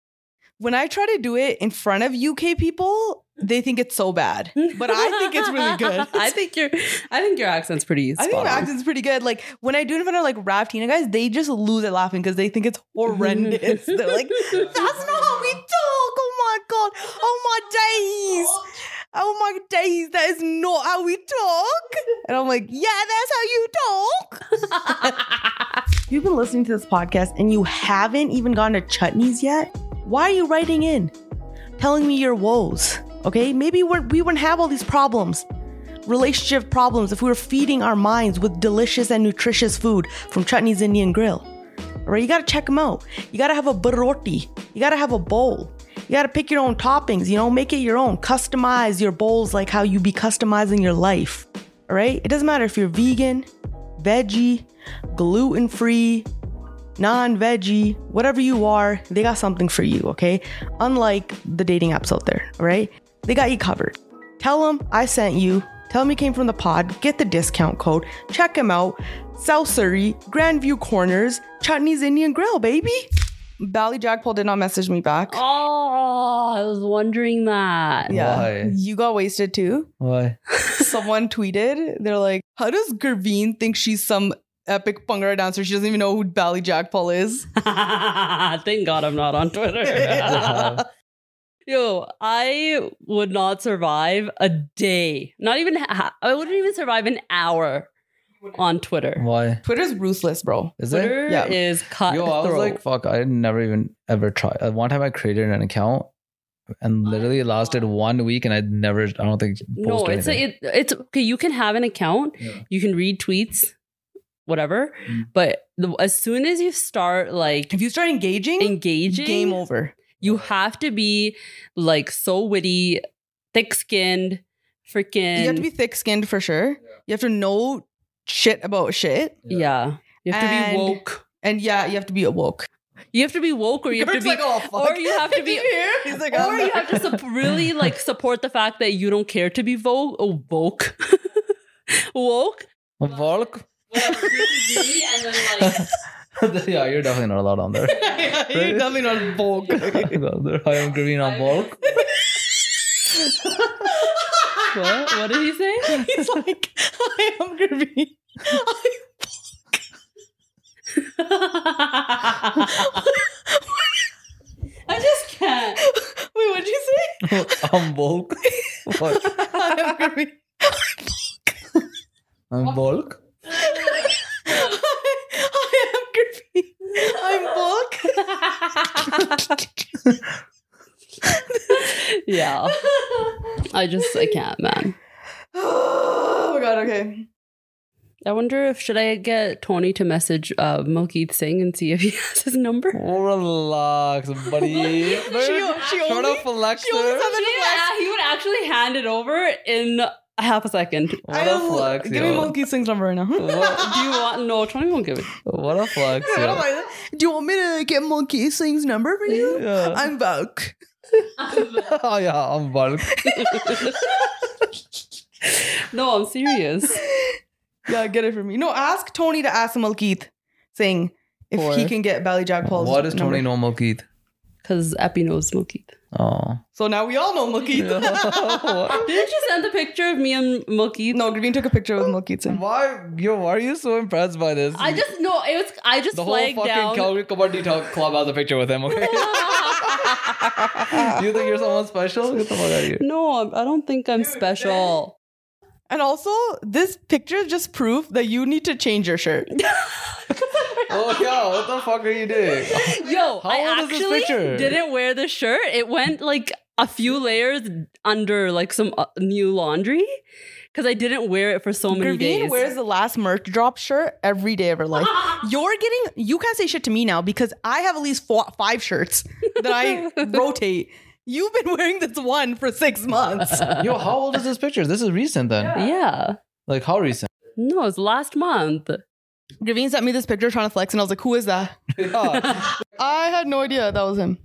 Speaker 2: When I try to do it in front of UK people, they think it's so bad. But I think it's really good.
Speaker 3: I think your I think your accent's pretty.
Speaker 2: I think
Speaker 3: spot
Speaker 2: my
Speaker 3: on.
Speaker 2: accent's pretty good. Like when I do it in front of like rap Tina guys, they just lose it laughing because they think it's horrendous. They're like, that's not how we talk. Oh my god. Oh my days. Oh my days. That is not how we talk. And I'm like, yeah, that's how you talk. If you've been listening to this podcast and you haven't even gone to chutneys yet, why are you writing in? Telling me your woes. Okay? Maybe we're, we wouldn't have all these problems. Relationship problems if we were feeding our minds with delicious and nutritious food from Chutney's Indian Grill. Alright, you gotta check them out. You gotta have a burroti. You gotta have a bowl. You gotta pick your own toppings, you know, make it your own. Customize your bowls like how you be customizing your life. Alright? It doesn't matter if you're vegan, veggie, gluten free, non veggie, whatever you are, they got something for you, okay? Unlike the dating apps out there, all right? They got you covered. Tell them I sent you. Tell them you came from the pod. Get the discount code. Check them out. South Surrey, Grandview Corners, Chutney's Indian Grill, baby. Bally Jackpole did not message me back.
Speaker 3: Oh, I was wondering that.
Speaker 2: Yeah.
Speaker 1: Why?
Speaker 2: You got wasted too.
Speaker 1: Why?
Speaker 2: Someone tweeted, they're like, How does Gervine think she's some epic Bhangra dancer? She doesn't even know who Bally Jackpole is.
Speaker 3: Thank God I'm not on Twitter. Yo, I would not survive a day. Not even ha- I wouldn't even survive an hour on Twitter.
Speaker 1: Why?
Speaker 2: Twitter's ruthless, bro.
Speaker 1: Is it?
Speaker 3: Twitter
Speaker 2: Yeah.
Speaker 3: is cut.
Speaker 1: Yo, I was like, fuck, I never even ever tried. Uh, One time I created an account and literally lasted one week and I never, I don't think, posted
Speaker 3: no, it's
Speaker 1: anything.
Speaker 3: it, it's okay. You can have an account.
Speaker 1: Yeah.
Speaker 3: You can read tweets, whatever.
Speaker 1: Mm.
Speaker 3: But the, as soon as you start like
Speaker 2: If you start engaging,
Speaker 3: engaging,
Speaker 2: game over.
Speaker 3: You have to be like so witty, thick skinned, freaking.
Speaker 2: you have to be thick skinned for sure. You have to know shit about shit.
Speaker 3: Yeah. You have
Speaker 2: And-
Speaker 3: to be woke.
Speaker 2: And yeah, you have to be awoke.
Speaker 3: You have to be woke, or you have to
Speaker 2: Kurt's
Speaker 3: be,
Speaker 2: like, "Oh, fuck."
Speaker 3: or you have to
Speaker 2: Did
Speaker 3: be, "Oh,
Speaker 2: you hear? He's like,
Speaker 3: or
Speaker 2: "I'm
Speaker 3: you
Speaker 2: not-"
Speaker 3: have to sup- really like support the fact that you don't care to be vogue. Oh, woke, woke.
Speaker 1: Volk?
Speaker 3: and then like
Speaker 1: yeah, you're definitely not allowed on there.
Speaker 2: You're definitely not woke.
Speaker 1: I am green on Volk.
Speaker 3: what? What did he say?
Speaker 2: He's like, I am Gervine.
Speaker 3: I just can't.
Speaker 2: Wait, what'd you say?
Speaker 1: I'm Volk. What?
Speaker 2: I am Gervine.
Speaker 1: I'm Volk.
Speaker 2: I am Gervine. I'm woke.
Speaker 3: yeah. I just I can't, man.
Speaker 2: Oh my god, okay.
Speaker 3: I wonder if should I get Tony to message uh Milky Singh and see if he has his number.
Speaker 1: Relax, buddy. Try
Speaker 2: she
Speaker 1: to
Speaker 2: only-
Speaker 1: flex
Speaker 2: she only
Speaker 1: there.
Speaker 2: said-
Speaker 3: Yeah, he would actually hand it over in a half a second.
Speaker 1: What a flex,
Speaker 2: give me
Speaker 1: yo.
Speaker 2: Monkey Singh's number right now.
Speaker 1: What-
Speaker 3: Do you want no? Tony won't give it.
Speaker 1: What a flex,
Speaker 2: And I'm
Speaker 1: yo.
Speaker 2: like, Do you want me to get Monkey Singh's number for you?
Speaker 1: Yeah.
Speaker 2: I'm Vogue.
Speaker 1: Oh yeah, I'm Volk.
Speaker 3: No, I'm serious.
Speaker 2: Yeah, get it for me. No, ask Tony to ask Malkeith Singh if
Speaker 3: Or-
Speaker 2: he can get Bally Jack Paul's.
Speaker 1: What is
Speaker 2: number.
Speaker 1: Tony normal Keith?
Speaker 3: Because Epi knows Milky.
Speaker 1: Oh.
Speaker 2: So now we all know Malkeith.
Speaker 1: What?
Speaker 3: Didn't you send the picture of me and Milky?
Speaker 2: no, Graveen took a picture with Malkeith Singh.
Speaker 1: Why, yo, why are you so impressed by this?
Speaker 3: I just no. It was I just
Speaker 1: the whole
Speaker 3: flagged
Speaker 1: fucking
Speaker 3: down.
Speaker 1: Calgary Kabaddi Talk Club has a picture with him, okay? you think you're someone special? Get the fuck out of here.
Speaker 3: no, I'm- I don't think I'm special.
Speaker 2: And also, this picture just proved that you need to change your shirt.
Speaker 1: Oh, yeah, what the fuck are you doing?
Speaker 3: Yo,
Speaker 1: How
Speaker 3: I
Speaker 1: old is this
Speaker 3: actually
Speaker 1: picture?
Speaker 3: didn't wear the shirt. It went like a few layers under like some uh, new laundry because I didn't wear it for so many
Speaker 5: Gravine
Speaker 3: days.
Speaker 5: wears the last merch drop shirt every day of her life.
Speaker 2: You're getting, you can't say shit to me now because I have at least four, five shirts that I rotate. You've been wearing this one for six months.
Speaker 1: Yo, how old is this picture? This is recent then.
Speaker 3: yeah.
Speaker 1: Like how recent?
Speaker 3: No, it's last month.
Speaker 5: Gravine sent me this picture trying to flex, and I was like, "Who is that?" I had no idea that was him.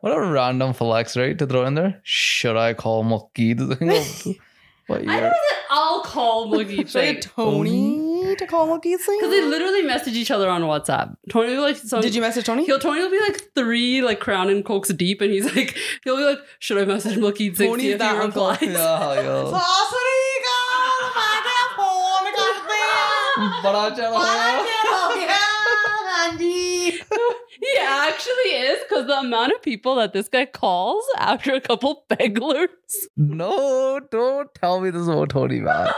Speaker 1: What a random flex, right? To throw in there. Should I call Mokid? what
Speaker 3: I
Speaker 1: year?
Speaker 3: don't I'll call Moogie.
Speaker 2: Should I get
Speaker 3: Because
Speaker 2: Tony to call Monkey Sling?
Speaker 3: they literally message each other on WhatsApp. Tony will, like some,
Speaker 2: Did you message Tony?
Speaker 3: He'll Tony will be like three like crown and cokes deep, and he's like he'll be like, should I message Mookie?
Speaker 2: Tony's
Speaker 3: Tony, if
Speaker 2: that
Speaker 3: he
Speaker 2: uncle.
Speaker 3: replies.
Speaker 1: Yeah, yo.
Speaker 2: oh
Speaker 1: बड़ा
Speaker 3: Oh.
Speaker 1: चढ़ा।
Speaker 3: He actually is because the amount of people that this guy calls after a couple beglers.
Speaker 1: No, don't tell me this is about Tony, man.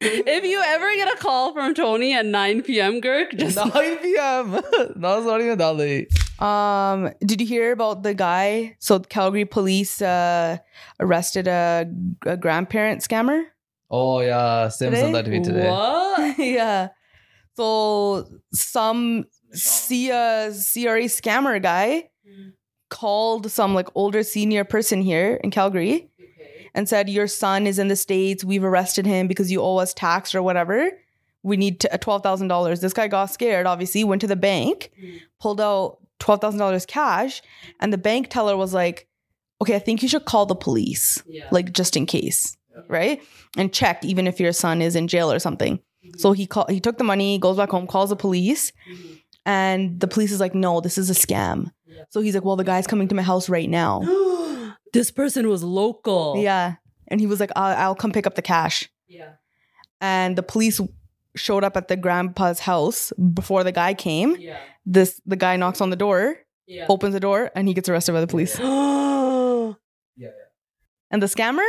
Speaker 3: If you ever get a call from Tony at 9 p.m., Girk, just
Speaker 1: 9 p.m. no, it's not even that late.
Speaker 2: Um, did you hear about the guy? So Calgary police uh, arrested a, a grandparent scammer.
Speaker 1: Oh yeah, Sim
Speaker 2: Today?
Speaker 1: sent that to me today.
Speaker 3: what?
Speaker 2: yeah. So some C- uh, CRA scammer guy called some like older senior person here in Calgary and said, "Your son is in the states. We've arrested him because you owe us tax or whatever. We need to, uh, twelve thousand dollars." This guy got scared. Obviously, went to the bank, pulled out twelve thousand dollars cash, and the bank teller was like, "Okay, I think you should call the police."
Speaker 3: Yeah.
Speaker 2: like just in case, right? And check even if your son is in jail or something. So he call he took the money, goes back home, calls the police, and the police is like, "No, this is a scam." So he's like, "Well, the guy's coming to my house right now."
Speaker 3: this person was local.
Speaker 2: yeah, and he was like, I'll, "I'll come pick up the cash."
Speaker 3: Yeah.
Speaker 2: And the police showed up at the grandpa's house before the guy came.
Speaker 3: Yeah.
Speaker 2: This the guy knocks on the door,
Speaker 3: Yeah.
Speaker 2: opens the door, and he gets arrested by the police.
Speaker 3: Oh.
Speaker 2: And the scammer,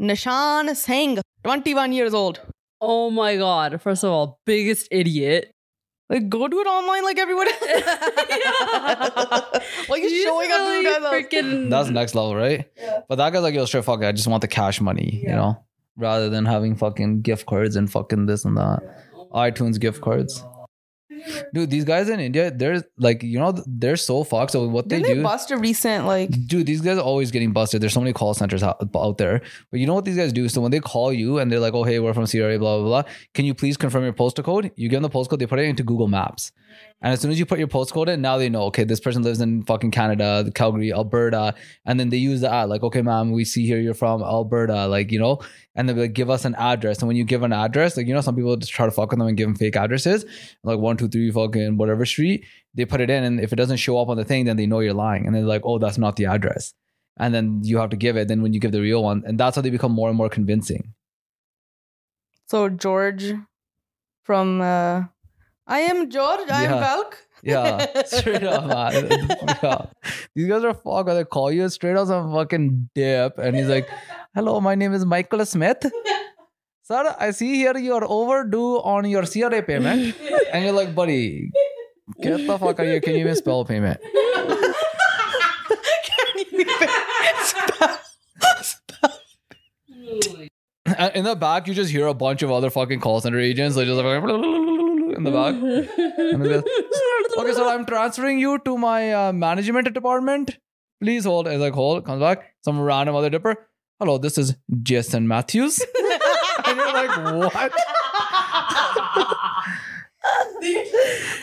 Speaker 2: Nishan Singh, 21 years old.
Speaker 3: Oh my god. First of all, biggest idiot.
Speaker 2: Like, go do it online like everyone else. Why are you
Speaker 3: He's
Speaker 2: showing up to the
Speaker 3: really
Speaker 2: guy's house?
Speaker 3: freaking
Speaker 1: That's next level, right?
Speaker 2: Mm. Yeah.
Speaker 1: But that guy's like, yo, straight fuck it. I just want the cash money, you know? Rather than having fucking gift cards and fucking this and that. iTunes gift cards. Dude, these guys in India, they're like, you know, they're so fucked. So what
Speaker 2: Didn't
Speaker 1: they
Speaker 2: they,
Speaker 1: do.
Speaker 2: bust a recent, like,
Speaker 1: Dude, these guys are always getting busted. There's so many call centers out, out there. But you know what these guys do? So when they call you and they're like, oh, hey, we're from CRA, blah, blah, blah. Can you please confirm your postal code? You give them the postcode, they put it into Google Maps. And as soon as you put your postcode in, now they know, okay, this person lives in fucking Canada, Calgary, Alberta. And then they use the ad, like, okay, ma'am, we see here you're from Alberta, like, you know, and they'll be like, give us an address. And when you give an address, like, you know, some people just try to fuck with them and give them fake addresses, like one, two, three, fucking whatever street. They put it in, and if it doesn't show up on the thing, then they know you're lying. And they're like, oh, that's not the address. And then you have to give it. Then when you give the real one, and that's how they become more and more convincing.
Speaker 2: so George from, uh, I am George, I
Speaker 1: Yeah.
Speaker 2: am Valk.
Speaker 1: Yeah, straight up, man. Yeah. These guys are fuck. They call you straight up some fucking dip, and he's like, "Hello, my name is Michael Smith." Sir, I see here you are overdue on your CRA payment, and you're like, "Buddy, get the fuck out of here! Can you even spell payment?" And In the back, you just hear a bunch of other fucking call center agents, like just like in the back. And they're just, okay, so I'm transferring you to my uh, management department. Please hold. It's like hold. Comes back some random other dipper. Hello, this is Jason Matthews. and you're like, what?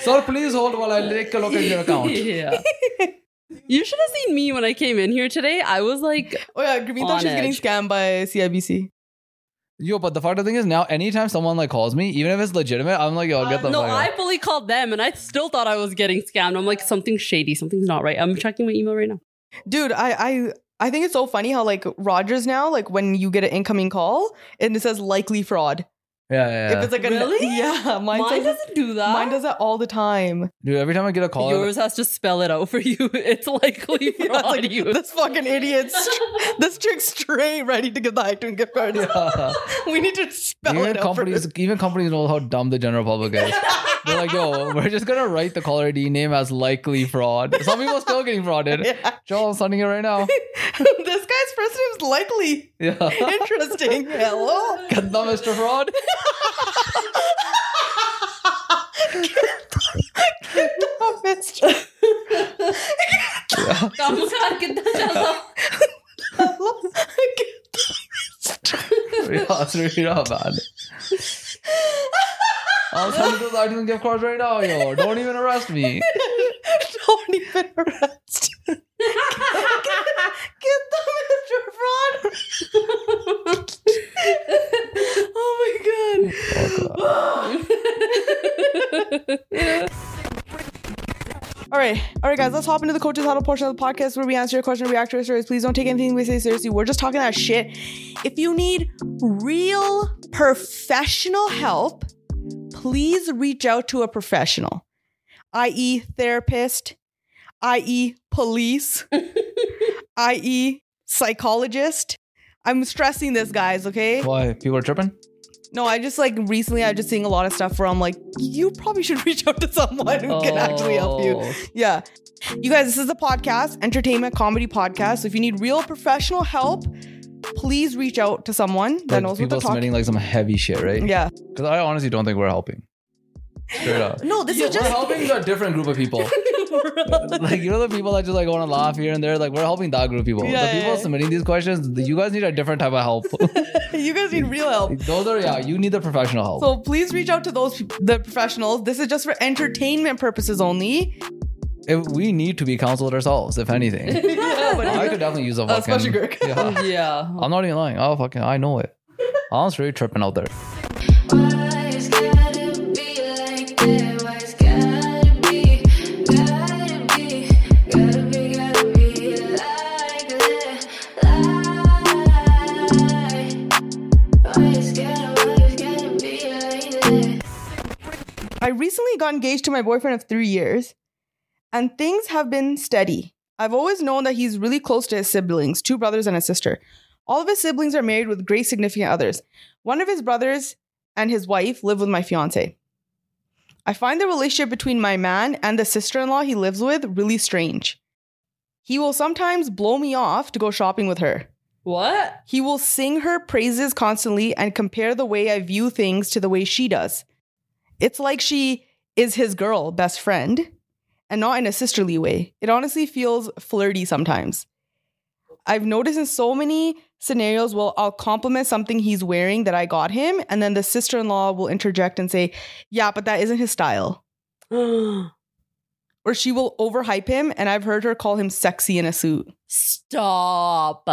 Speaker 1: Sir, please hold while I take a look at your account.
Speaker 3: Yeah. You should have seen me when I came in here today. I was like,
Speaker 2: Oh, yeah, Graveen
Speaker 3: On
Speaker 2: thought she was
Speaker 3: edge.
Speaker 2: getting scammed by CIBC.
Speaker 1: Yo, but the fucked up thing is now, anytime someone like calls me, even if it's legitimate, I'm like, yo, get the
Speaker 3: no,
Speaker 1: fuck
Speaker 3: I
Speaker 1: out.
Speaker 3: fully called them and I still thought I was getting scammed. I'm like, something's shady, something's not right. I'm checking my email right now.
Speaker 2: Dude, I, I, I think it's so funny how, like, Rogers now, like, when you get an incoming call and it says likely fraud.
Speaker 1: Yeah, yeah, yeah.
Speaker 2: If it's like a.
Speaker 3: Really?
Speaker 2: Yeah, mine,
Speaker 3: Mine
Speaker 2: says,
Speaker 3: doesn't do that.
Speaker 2: mine does that all the time.
Speaker 1: Dude, every time I get a call, I'm like,
Speaker 3: Yours has to spell it out for you. It's likely
Speaker 2: Yeah,
Speaker 3: fraud
Speaker 2: it's like,
Speaker 3: you.
Speaker 2: This fucking idiot's this chick's straight ready to get the iTunes gift card.
Speaker 1: Yeah.
Speaker 2: We need to spell
Speaker 1: even
Speaker 2: it out.
Speaker 1: companies,
Speaker 2: Companies-
Speaker 1: even companies know how dumb the general public is. They're like, yo, we're just gonna write the caller ID name as likely fraud. Some people are still getting frauded.
Speaker 2: Yeah.
Speaker 1: Joel, I'm sending it right now.
Speaker 2: this guy's first name's likely.
Speaker 1: Yeah.
Speaker 2: Interesting. Hello.
Speaker 1: Get the Mr. Fraud.
Speaker 2: Oh, Mr. Hello.
Speaker 1: Yeah, straight up, man. I'll send you those item gift cards right now, yo. Don't even arrest me.
Speaker 2: Don't even arrest. Get the Mr. Fraud. Oh my god. All right, all right, guys. Let's hop into the coaches huddle portion of the podcast where we answer your question, react to your stories. Please don't take anything we say seriously. We're just talking that shit. If you need real professional help, please reach out to a professional, i.e., therapist, i.e., police, i.e., psychologist. I'm stressing this, guys. Okay.
Speaker 1: Why? People are tripping?
Speaker 2: No, I just like recently I've just seeing a lot of stuff where I'm like, you probably should reach out to someone who can actually help
Speaker 3: Oh.
Speaker 2: you. Yeah. You guys, this is a podcast, entertainment comedy podcast. So if you need real professional help, please reach out to someone that
Speaker 1: Like,
Speaker 2: knows what
Speaker 1: people
Speaker 2: they're talking.
Speaker 1: submitting like some heavy shit, right?
Speaker 2: yeah.
Speaker 1: Because I honestly don't think we're helping. Straight up.
Speaker 2: No, this
Speaker 1: Yeah,
Speaker 2: is
Speaker 1: we're
Speaker 2: just
Speaker 1: helping a different group of people.
Speaker 3: Oh.
Speaker 1: like you know the people that just like want to laugh here and there. Like we're helping that group of people.
Speaker 2: Yeah,
Speaker 1: the people
Speaker 2: yeah.
Speaker 1: submitting these questions, th- you guys need a different type of help.
Speaker 2: you guys need real help.
Speaker 1: Those are yeah, you need the professional help.
Speaker 2: So please reach out to those peop- the professionals. This is just for entertainment purposes only.
Speaker 1: if we need to be counseled ourselves, if anything.
Speaker 2: yeah, but
Speaker 1: I could definitely use a fucking.
Speaker 2: especially Girk.
Speaker 1: Yeah.
Speaker 3: yeah.
Speaker 1: I'm not even lying. Oh fucking, I know it. I'm straight tripping out there.
Speaker 6: Why's gotta be like that? Why's gotta be, gotta be, gotta be, gotta be like that? Lie. Why's gotta, why's gotta be like that?
Speaker 2: I recently got engaged to my boyfriend of three years, and things have been steady. I've always known that he's really close to his siblings two brothers and a sister. All of his siblings are married with great significant others. One of his brothers and his wife live with my fiance. I find the relationship between my man and the sister in law he lives with really strange. He will sometimes blow me off to go shopping with her.
Speaker 3: What?
Speaker 2: He will sing her praises constantly and compare the way I view things to the way she does. It's like she is his girl, best friend, and not in a sisterly way. It honestly feels flirty sometimes. I've noticed in so many scenarios, well, I'll compliment something he's wearing that I got him, and then the sister in law will interject and say, Yeah, but that isn't his style. Or she will overhype him, and I've heard her call him sexy in a suit.
Speaker 3: Stop.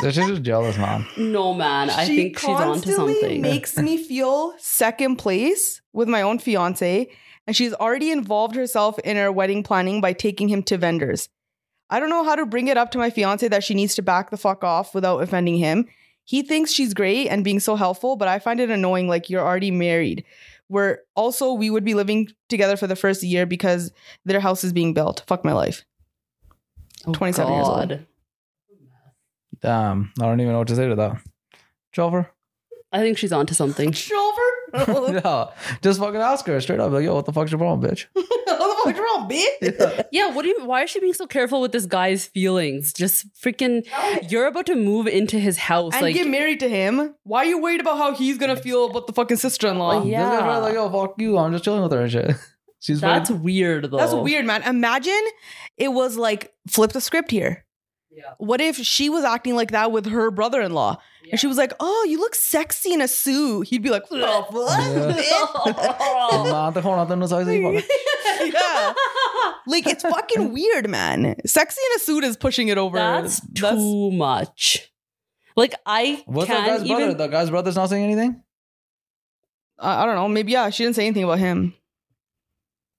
Speaker 1: They're just jealous, man.
Speaker 3: No, man. I think she's onto
Speaker 2: constantly
Speaker 3: something.
Speaker 2: makes me feel second place with my own fiance, and she's already involved herself in our wedding planning by taking him to vendors. I don't know how to bring it up to my fiance that she needs to back the fuck off without offending him. He thinks she's great and being so helpful, but I find it annoying. Like you're already married. We're also we would be living together for the first year because their house is being built. Fuck my life.
Speaker 3: Oh,
Speaker 2: 27 years old.
Speaker 3: God.
Speaker 1: Damn, I don't even know what to say to that. Jover.
Speaker 3: I think she's onto something.
Speaker 2: Over.
Speaker 1: Yeah, just fucking ask her straight up. Like, yo, what the fuck's your problem, bitch?
Speaker 2: what the fuck wrong, bitch?
Speaker 3: Yeah, what do you why is she being so careful with this guy's feelings? Just freaking you're about to move into his house.
Speaker 2: and
Speaker 3: like
Speaker 2: get married to him. Why are you worried about how he's gonna feel about the fucking sister in law?
Speaker 3: Oh, yeah.
Speaker 1: This guy's probably like, yo, fuck you. I'm just chilling with her and shit. She's
Speaker 3: that's
Speaker 1: fucking-
Speaker 3: weird though.
Speaker 2: That's weird, man. Imagine it was like flip the script here.
Speaker 3: Yeah.
Speaker 2: What if she was acting like that with her brother in law? And she was like, Oh, you look sexy in a suit. He'd be like, "Oh,
Speaker 1: Nah, the corner, then it's like, fuck.
Speaker 2: fuck?" yeah. Like it's fucking weird, man. Sexy in a suit is pushing it over.
Speaker 3: That's too much. Like I
Speaker 1: What's that
Speaker 3: can't
Speaker 1: guy's brother?
Speaker 3: even
Speaker 1: The guy's brother's not saying anything?
Speaker 2: I, I don't know. Maybe yeah, she didn't say anything about him.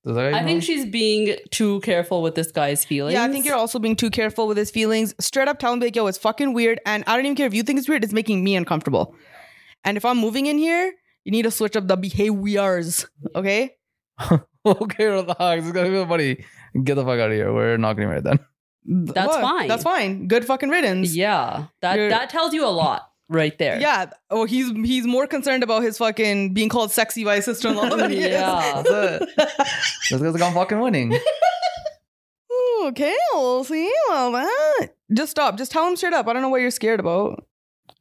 Speaker 1: Does that guy
Speaker 3: I think
Speaker 1: know?
Speaker 3: she's being too careful with this guy's feelings.
Speaker 2: Yeah, I think you're also being too careful with his feelings. Straight up tell him, like, yo, it's fucking weird. And I don't even care if you think it's weird, it's making me uncomfortable. And if I'm moving in here, you need to switch up the behaviors. Okay?
Speaker 1: okay, relax. It's gonna be funny. Get the fuck out of here. We're not getting married then.
Speaker 2: That's
Speaker 3: fine.
Speaker 2: That's fine. Good fucking riddance.
Speaker 3: Yeah. That
Speaker 2: You're-
Speaker 3: that tells you a lot. right there.
Speaker 2: Yeah. Oh, he's he's more concerned about his fucking being called sexy by his sister-in-law than he is.
Speaker 3: yeah.
Speaker 1: That's it. Those guys are gone fucking winning.
Speaker 2: Okay, we'll see about that. Just stop. Just tell him straight up. I don't know what you're scared about.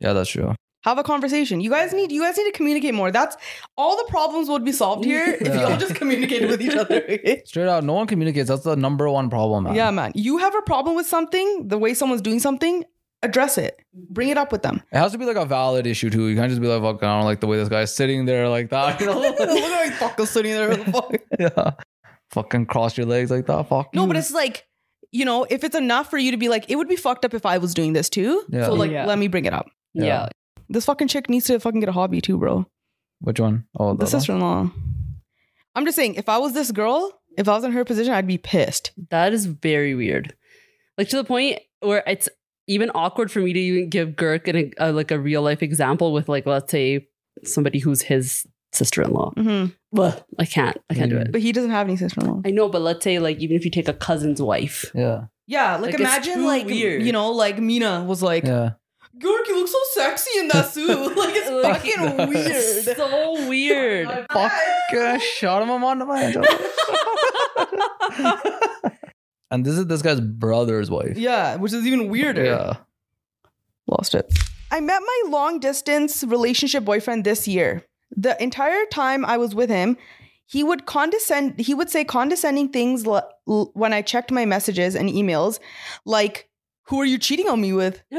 Speaker 1: Yeah, that's true.
Speaker 2: Have a conversation. You guys need you guys need to communicate more. That's all the problems would be solved here if you all
Speaker 1: Yeah.
Speaker 2: just communicated with each other.
Speaker 1: Straight out, no one communicates. That's the number one problem, man.
Speaker 2: Yeah, man. You have a problem with something, the way someone's doing something, address it. Bring it up with them.
Speaker 1: It has to be like a valid issue too. You can't just be like, fuck, I don't like the way this guy's sitting there like that. You know?
Speaker 2: Look at that fucker sitting there with the fuck.
Speaker 1: yeah. Fucking cross your legs like that. Fuck.
Speaker 2: No,
Speaker 1: you.
Speaker 2: but it's like, you know, if it's enough for you to be like, it would be fucked up if I was doing this too.
Speaker 1: Yeah.
Speaker 2: So like
Speaker 3: Yeah.
Speaker 2: let me bring it up.
Speaker 1: Yeah.
Speaker 3: Yeah.
Speaker 2: This fucking chick needs to fucking get a hobby too, bro.
Speaker 1: which one? Oh,
Speaker 2: The sister in law. I'm just saying, if I was this girl, if I was in her position, I'd be pissed.
Speaker 3: That is very weird. Like to the point where it's even awkward for me to even give Girk an, a, like a real life example with like let's say somebody who's his sister in law.
Speaker 2: Mm-hmm.
Speaker 3: But I can't. I can't do
Speaker 1: Mm.
Speaker 3: it.
Speaker 2: But he doesn't have any sister in law.
Speaker 3: I know, but let's say like even if you take a cousin's wife.
Speaker 1: Yeah.
Speaker 2: Yeah, like,
Speaker 3: Like, it's
Speaker 2: imagine,
Speaker 3: too
Speaker 2: like
Speaker 3: weird.
Speaker 2: you know, like Mina was like,
Speaker 1: Yeah.
Speaker 2: "Girk, you look so sexy in that suit. like it's
Speaker 3: Like,
Speaker 2: fucking weird."
Speaker 3: So weird.
Speaker 1: Fucking shot him on the man. and this is this guy's brother's wife.
Speaker 2: yeah, which is even weirder.
Speaker 1: Yeah.
Speaker 2: Lost it. I met my long distance relationship boyfriend this year. The entire time I was with him, he would condescend he would say condescending things l- l- when I checked my messages and emails like who are you cheating on me with?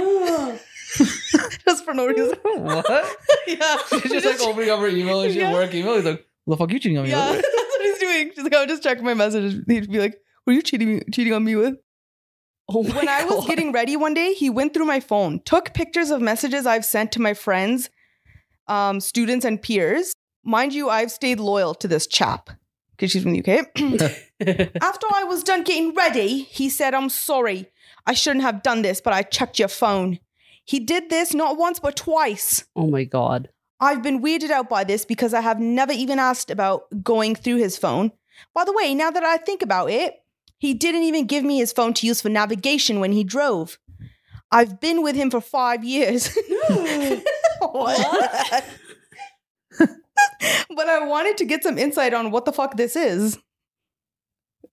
Speaker 2: Just for no reason. "Oh
Speaker 1: what?
Speaker 2: yeah.
Speaker 1: She's just like opening up her email and she's
Speaker 2: Yeah.
Speaker 1: work email. He's like, "What the fuck you cheating on me?
Speaker 2: Yeah,
Speaker 1: with?"
Speaker 2: that's what he's doing. She's like, I would just check my messages. He'd be like, Who are you cheating me- cheating on me with?
Speaker 3: Oh my
Speaker 2: when I was
Speaker 3: God.
Speaker 2: getting ready one day, he went through my phone, took pictures of messages I've sent to my friends, um, students, and peers. Mind you, I've stayed loyal to this chap because she's from the UK. After I was done getting ready, he said, I'm sorry. I shouldn't have done this, but I checked your phone. He did this not once, but twice.
Speaker 3: Oh my god.
Speaker 2: I've been weirded out by this because I have never even asked about going through his phone. By the way, now that I think about it, he didn't even give me his phone to use for navigation when he drove. I've been with him for five years.
Speaker 3: What?
Speaker 2: but I wanted to get some insight on what the fuck this is.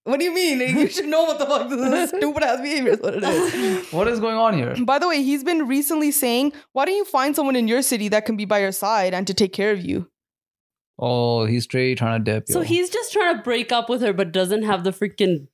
Speaker 2: What do you mean? You should know what the fuck this is. Stupid ass behavior is what it is.
Speaker 1: What is going on here?
Speaker 2: By the way, he's been recently saying, Why don't you find someone in your city that can be by your side and to take care of you?
Speaker 1: Oh, he's straight trying to dip.
Speaker 3: So
Speaker 1: yo.
Speaker 3: he's just trying to break up with her, but doesn't have the freaking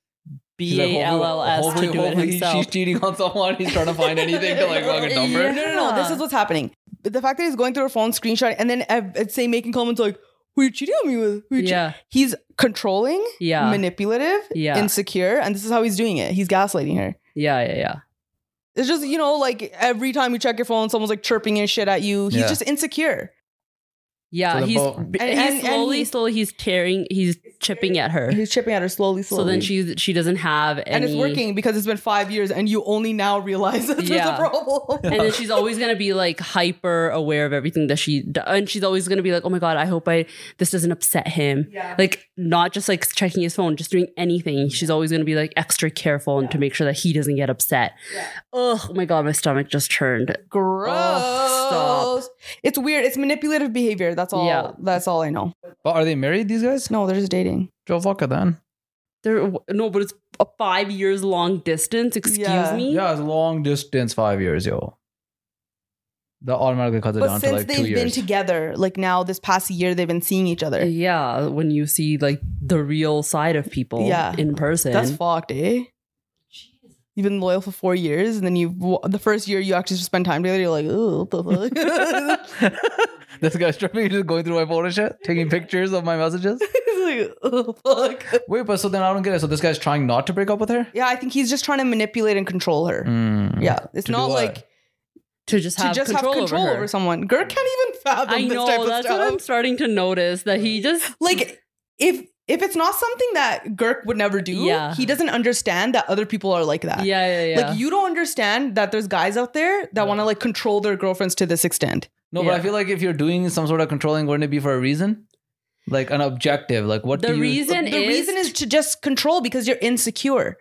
Speaker 1: He's
Speaker 3: B
Speaker 1: like,
Speaker 3: A L L S
Speaker 1: hopefully-
Speaker 3: to do it
Speaker 1: hopefully-
Speaker 3: himself.
Speaker 1: She's cheating on someone. He's trying to find anything to like fucking dump her.
Speaker 2: No, no, no. This
Speaker 3: Yeah.
Speaker 2: is what's happening. The fact that he's going through her phone screenshot and then uh, it's saying making comments like, "Who you cheating on me with?" Who you che-"
Speaker 3: Yeah,
Speaker 2: He's controlling,
Speaker 3: yeah,
Speaker 2: manipulative,
Speaker 3: yeah,
Speaker 2: insecure, and this is how he's doing it. He's gaslighting her.
Speaker 3: yeah, yeah, yeah.
Speaker 2: It's just you know, like every time you check your phone, someone's like chirping and shit at you. He's
Speaker 1: Yeah.
Speaker 2: just insecure.
Speaker 3: Yeah,
Speaker 1: So the
Speaker 3: he's
Speaker 1: bo-
Speaker 3: and,
Speaker 2: And- and- and
Speaker 3: slowly,
Speaker 2: he-
Speaker 3: slowly he's tearing, he's chipping at her.
Speaker 2: He's chipping at her slowly, slowly.
Speaker 3: So then she she doesn't have any,
Speaker 2: and it's working because it's been five years, and you only now realize that there's a
Speaker 3: Yeah.
Speaker 2: problem.
Speaker 3: And then she's always gonna be like hyper aware of everything that she, do- and she's always gonna be like, oh my god, I hope I this doesn't upset him.
Speaker 2: Yeah.
Speaker 3: Like not just like checking his phone, just doing anything. She's always gonna be like extra careful and to make sure that he doesn't get upset. Ugh, Oh my god, my stomach just turned.
Speaker 2: Gross.
Speaker 3: stop.
Speaker 2: It's weird. It's manipulative behavior. That's all.
Speaker 3: Yeah.
Speaker 2: That's all I know.
Speaker 1: But are they married? These guys?
Speaker 2: No, they're just dating.
Speaker 1: Joe Fucker then.
Speaker 3: There, no, but it's a five years long distance. Excuse
Speaker 2: Yeah.
Speaker 3: me.
Speaker 1: Yeah, it's long distance, five years, yo. That automatically cuts it
Speaker 2: But
Speaker 1: down
Speaker 2: since
Speaker 1: to like
Speaker 2: they've
Speaker 1: two
Speaker 2: been
Speaker 1: years.
Speaker 2: together, like now this past year, they've been seeing each other.
Speaker 3: Yeah, when you see like the real side of people
Speaker 2: Yeah.
Speaker 3: in person.
Speaker 2: That's fucked, eh? You've been loyal for four years, and then you the first year you actually spend time together. You're like, oh, what the fuck?
Speaker 1: this guy's tripping, he's just going through my phone and shit, taking pictures of my messages.
Speaker 2: It's like, oh, fuck.
Speaker 1: Wait, but so then I don't get it. So this guy's trying not to break up with her?
Speaker 2: Yeah, I think he's just trying to manipulate and control her.
Speaker 3: Mm-hmm.
Speaker 1: Mm.
Speaker 2: Yeah, it's
Speaker 1: To do
Speaker 2: not
Speaker 1: what?
Speaker 2: like
Speaker 3: to just
Speaker 2: to
Speaker 3: have
Speaker 2: just
Speaker 3: control,
Speaker 2: have control
Speaker 3: over,
Speaker 2: over,
Speaker 3: her.
Speaker 2: someone. Girl can't even fathom
Speaker 3: I
Speaker 2: this type
Speaker 3: know
Speaker 2: of
Speaker 3: that's
Speaker 2: stuff.
Speaker 3: what I'm starting to notice that he just
Speaker 2: like if if it's not something that Girk would never do,
Speaker 3: Yeah.
Speaker 2: he doesn't understand that other people are like that.
Speaker 3: yeah yeah yeah
Speaker 2: Like you don't understand that there's guys out there that want to like control their girlfriends to this extent.
Speaker 1: No, but
Speaker 3: Yeah.
Speaker 1: I feel like if you're doing some sort of controlling, wouldn't it be for a reason? Like an objective. Like what
Speaker 3: the
Speaker 1: do you
Speaker 3: reason
Speaker 2: the
Speaker 3: is
Speaker 2: reason is to just control because you're insecure.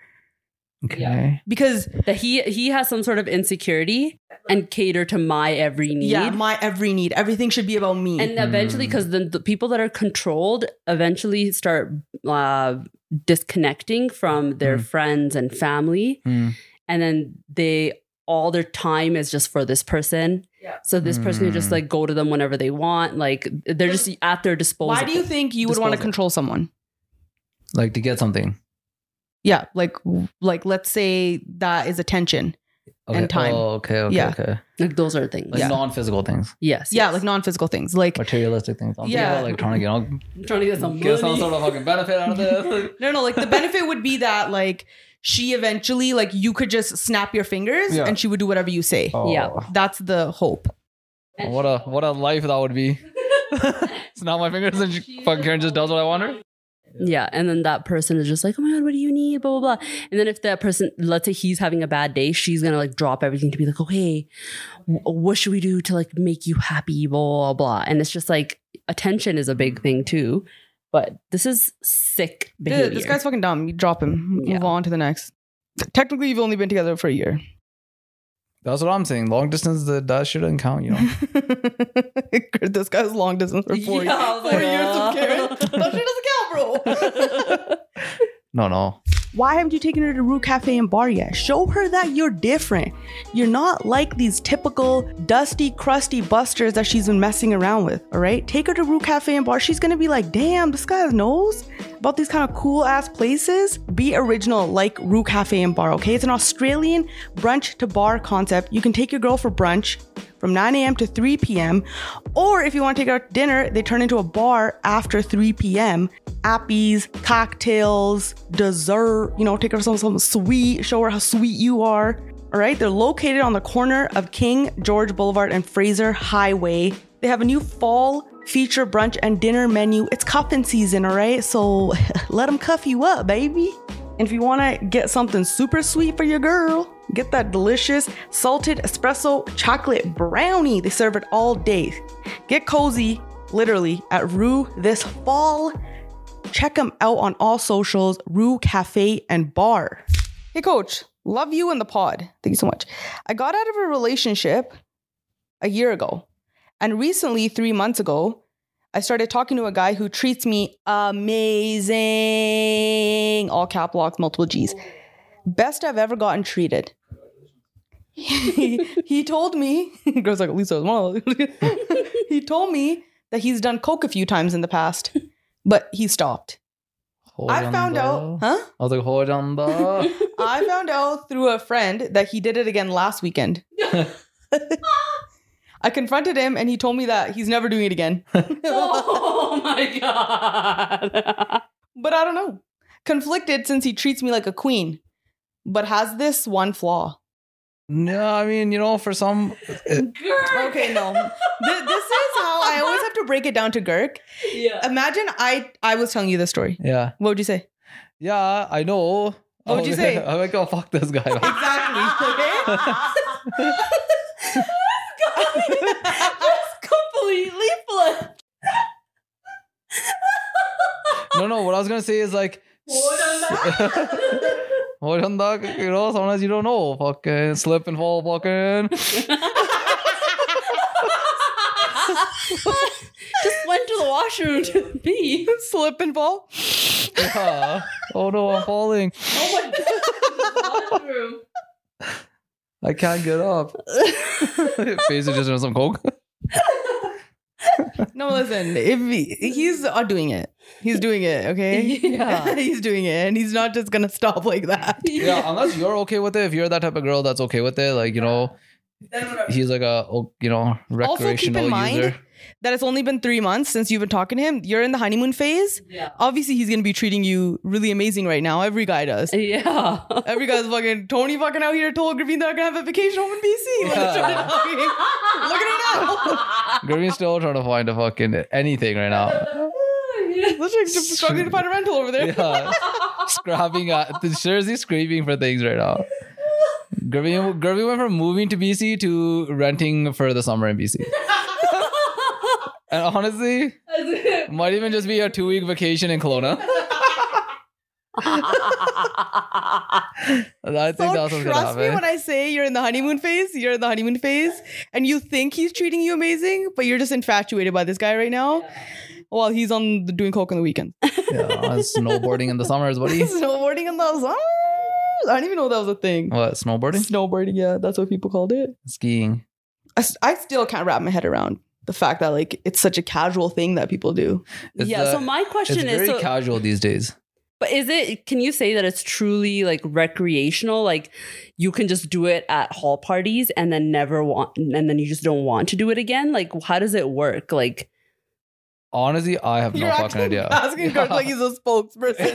Speaker 1: Okay.
Speaker 2: because
Speaker 3: that he he has some sort of insecurity and cater to my every need.
Speaker 2: yeah, my every need, everything should be about me.
Speaker 3: and eventually,
Speaker 1: Mm.
Speaker 3: because the, the people that are controlled eventually start uh, disconnecting from their
Speaker 1: Mm.
Speaker 3: friends and family,
Speaker 1: Mm.
Speaker 3: and then they all their time is just for this person. So this person can just
Speaker 1: Mm.
Speaker 3: like go to them whenever they want. Like they're just at their disposal.
Speaker 2: Why do you think you would want to
Speaker 3: Disposal.
Speaker 2: control someone?
Speaker 1: Like to get something
Speaker 2: Yeah, like like let's say that is attention.
Speaker 1: okay.
Speaker 2: And time.
Speaker 1: Oh, okay. Okay.
Speaker 2: Yeah.
Speaker 1: Okay.
Speaker 3: Like those are things.
Speaker 1: Like
Speaker 2: Yeah.
Speaker 1: non-physical things,
Speaker 3: Yes.
Speaker 2: Yeah,
Speaker 3: yes.
Speaker 2: like non-physical things. Like
Speaker 1: materialistic things. I'm
Speaker 2: Yeah.
Speaker 1: yeah. About, like trying to get, all,
Speaker 3: I'm trying to get some
Speaker 1: get some
Speaker 3: money.
Speaker 1: sort of fucking benefit out of this.
Speaker 2: no, no, like the benefit would be that like she eventually like you could just snap your fingers
Speaker 1: Yeah. Oh.
Speaker 2: and she would do whatever you say.
Speaker 3: Yeah.
Speaker 2: That's the hope.
Speaker 1: What a what a life that would be. it's not my fingers, and she, fucking Karen just does what I want her.
Speaker 3: Yeah. And then that person is just like, oh my God, what do you need? Blah, blah, blah. And then if that person, let's say he's having a bad day, she's going to like drop everything to be like, oh, hey, wh- what should we do to like make you happy? Blah, blah, blah. And it's just like attention is a big thing too. But this is sick behavior.
Speaker 2: Dude, Mm-hmm. this guy's fucking dumb. You drop him. Move
Speaker 3: Yeah.
Speaker 2: on to the next. Technically, you've only been together for a year.
Speaker 1: That's what I'm saying. Long distance, that, that shouldn't count. You know.
Speaker 2: this guy's long distance for four
Speaker 3: Yeah, I
Speaker 2: years.
Speaker 3: was
Speaker 2: Four
Speaker 3: like,
Speaker 2: years
Speaker 3: "Oh."
Speaker 2: of Karen. That shit doesn't count, bro.
Speaker 1: No, no.
Speaker 5: Why haven't you taken her to Rue Cafe and Bar yet? Show her that you're different. You're not like these typical dusty, crusty busters that she's been messing around with, all right? Take her to Rue Cafe and Bar. She's gonna be like, damn, this guy knows about these kind of cool ass places. Be original like Rue Cafe and Bar, okay? It's an Australian brunch to bar concept. You can take your girl for brunch from 9 a.m. to 3 p.m. Or if you want to take out to dinner, they turn into a bar after 3 p.m. Appies, cocktails, dessert, you know, take her some something sweet, show her how sweet you are. All right, they're located on the corner of King George Boulevard and Fraser Highway. They have a new fall feature brunch and dinner menu. It's cuffing season, all right? So let them cuff you up, baby. And if you want to get something super sweet for your girl, get that delicious salted espresso chocolate brownie. They serve it all day. Get cozy, literally, at Rue this fall. Check them out on all socials, Rue Cafe and Bar.
Speaker 2: Hey, coach, love you and the pod. Thank you so much. I got out of a relationship a year ago. And recently, three months ago, I started talking to a guy who treats me amazing. All cap locks, multiple G's. Best I've ever gotten treated. he, he told me, girls like, at least I was one of those." he told me that he's done coke a few times in the past, but he stopped.
Speaker 1: Hold
Speaker 2: I
Speaker 1: on,
Speaker 2: found
Speaker 1: bro.
Speaker 2: out, huh?
Speaker 1: I was like, hold on, bro.
Speaker 2: I found out through a friend that he did it again last weekend. I confronted him and he told me that he's never doing it again.
Speaker 3: oh my God.
Speaker 2: But I don't know. Conflicted since he treats me like a queen, but has this one flaw.
Speaker 1: no, I mean, you know, for some,
Speaker 3: Girl.
Speaker 2: Okay, no. Th- this is how I always have to break it down to Girk.
Speaker 3: Yeah.
Speaker 2: Imagine I I was telling you this story.
Speaker 1: yeah,
Speaker 2: What would you say?
Speaker 1: yeah, I know.
Speaker 2: What would you say?
Speaker 1: I'm like, oh fuck this guy.
Speaker 2: Exactly. Okay?
Speaker 3: Just completely flipped.
Speaker 1: no, no. What I was gonna say is like, hold on, dog. You know, sometimes you don't know. Fucking slip and fall, fucking.
Speaker 3: Just went to the washroom to pee.
Speaker 2: Slip and fall.
Speaker 1: Yeah. Oh no, I'm falling.
Speaker 3: Oh my god! Washroom.
Speaker 1: I can't get up. Basically, just on some coke.
Speaker 2: No, listen. If he, he's not doing it, he's doing it. Okay,
Speaker 3: Yeah.
Speaker 2: he's doing it, and he's not just gonna stop like that.
Speaker 1: Yeah, unless you're okay with it. If you're that type of girl that's okay with it, like you know, he's like a oh, you know recreational
Speaker 2: Also, keep in mind
Speaker 1: user.
Speaker 2: that it's only been three months since you've been talking to him. You're in the honeymoon phase.
Speaker 3: Yeah.
Speaker 2: Obviously, he's gonna be treating you really amazing right now. Every guy does.
Speaker 3: Yeah.
Speaker 2: Every guy's fucking Tony fucking out here told Gravine that I can have a vacation home in BC. Like,
Speaker 1: Yeah.
Speaker 2: shut it up. Look at her now.
Speaker 1: Grimmy still trying to find a fucking anything right now.
Speaker 2: Literally just struggling to find a rental over there.
Speaker 1: Yeah, scrapping at seriously screaming for things right now. Grimmy, Grimmy went from moving to BC to renting for the summer in BC. And honestly, might even just be a two week vacation in Kelowna. I think
Speaker 2: So
Speaker 1: that's what's gonna
Speaker 2: trust me
Speaker 1: happen.
Speaker 2: when I say you're in the honeymoon phase, you're in the honeymoon phase, and you think he's treating you amazing, but you're just infatuated by this guy right now. While he's on the, doing coke on the weekend,
Speaker 1: yeah, snowboarding in the summers, buddy.
Speaker 2: snowboarding in the summers. I didn't even know that was a thing.
Speaker 1: What snowboarding?
Speaker 2: Snowboarding, yeah, that's what people called it.
Speaker 1: Skiing.
Speaker 2: I, s- I still can't wrap my head around the fact that like it's such a casual thing that people do.
Speaker 1: It's,
Speaker 3: yeah.
Speaker 1: uh,
Speaker 3: so my
Speaker 1: It's
Speaker 3: question is,
Speaker 1: very
Speaker 3: so,
Speaker 1: casual these days.
Speaker 3: but is it? Can you say that it's truly like recreational? Like you can just do it at hall parties and then never want, and then you just don't want to do it again. Like how does it work? Like
Speaker 1: Honestly, I have no
Speaker 2: You're
Speaker 1: fucking
Speaker 2: actually
Speaker 1: idea.
Speaker 2: asking
Speaker 1: Yeah.
Speaker 2: Kirk like he's a spokesperson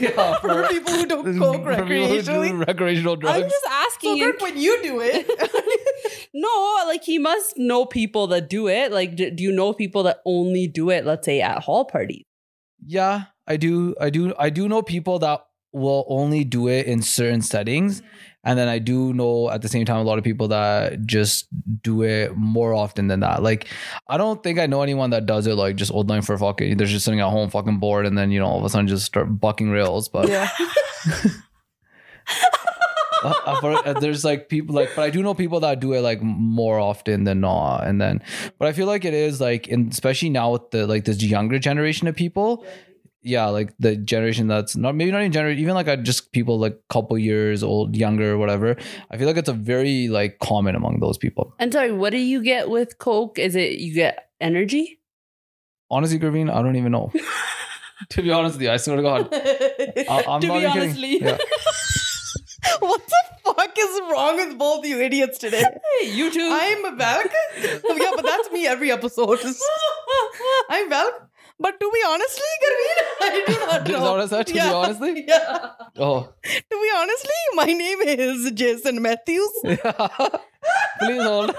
Speaker 1: Yeah,
Speaker 2: for people who
Speaker 1: For people
Speaker 2: don't coke
Speaker 1: who do
Speaker 2: recreationally.
Speaker 1: recreational drugs.
Speaker 3: I'm just asking
Speaker 2: So
Speaker 3: you.
Speaker 2: Kirk, when you do it,
Speaker 3: No, like he must know people that do it. Like, do, do you know people that only do it, let's say, at hall parties?
Speaker 1: yeah, I do. I do. I do know people that will only do it in certain settings, and then I do know at the same time a lot of people that just do it more often than that. Like, I don't think I know anyone that does it like just old line for fucking. They're just sitting at home fucking bored, and then you know all of a sudden just start bucking rails. But
Speaker 2: yeah,
Speaker 1: Uh, uh, for- uh, there's like people like but i do know people that do it like more often than not and then but i feel like it is like in, especially now with the like this younger generation of people yeah like the generation that's not maybe not even generation even like I just people like couple years old younger or whatever i feel like it's a very like common among those people
Speaker 3: And sorry, what do you get with Coke? Is it you get energy?
Speaker 1: honestly Graveen, i don't even know to be honest with you i swear to god I, am
Speaker 3: To
Speaker 1: not
Speaker 3: be
Speaker 1: even kidding.
Speaker 3: honestly.
Speaker 1: Yeah.
Speaker 2: what the fuck is wrong with both you idiots today?
Speaker 3: Hey, you too.
Speaker 2: I'm Valk. Oh, yeah, but that's me every episode. I'm Valk. But to be honestly, Garveen, I do not know.
Speaker 1: Dishonest, to be honestly?
Speaker 2: Yeah.
Speaker 1: oh
Speaker 2: To be honestly, my name is Jason Matthews.
Speaker 1: please hold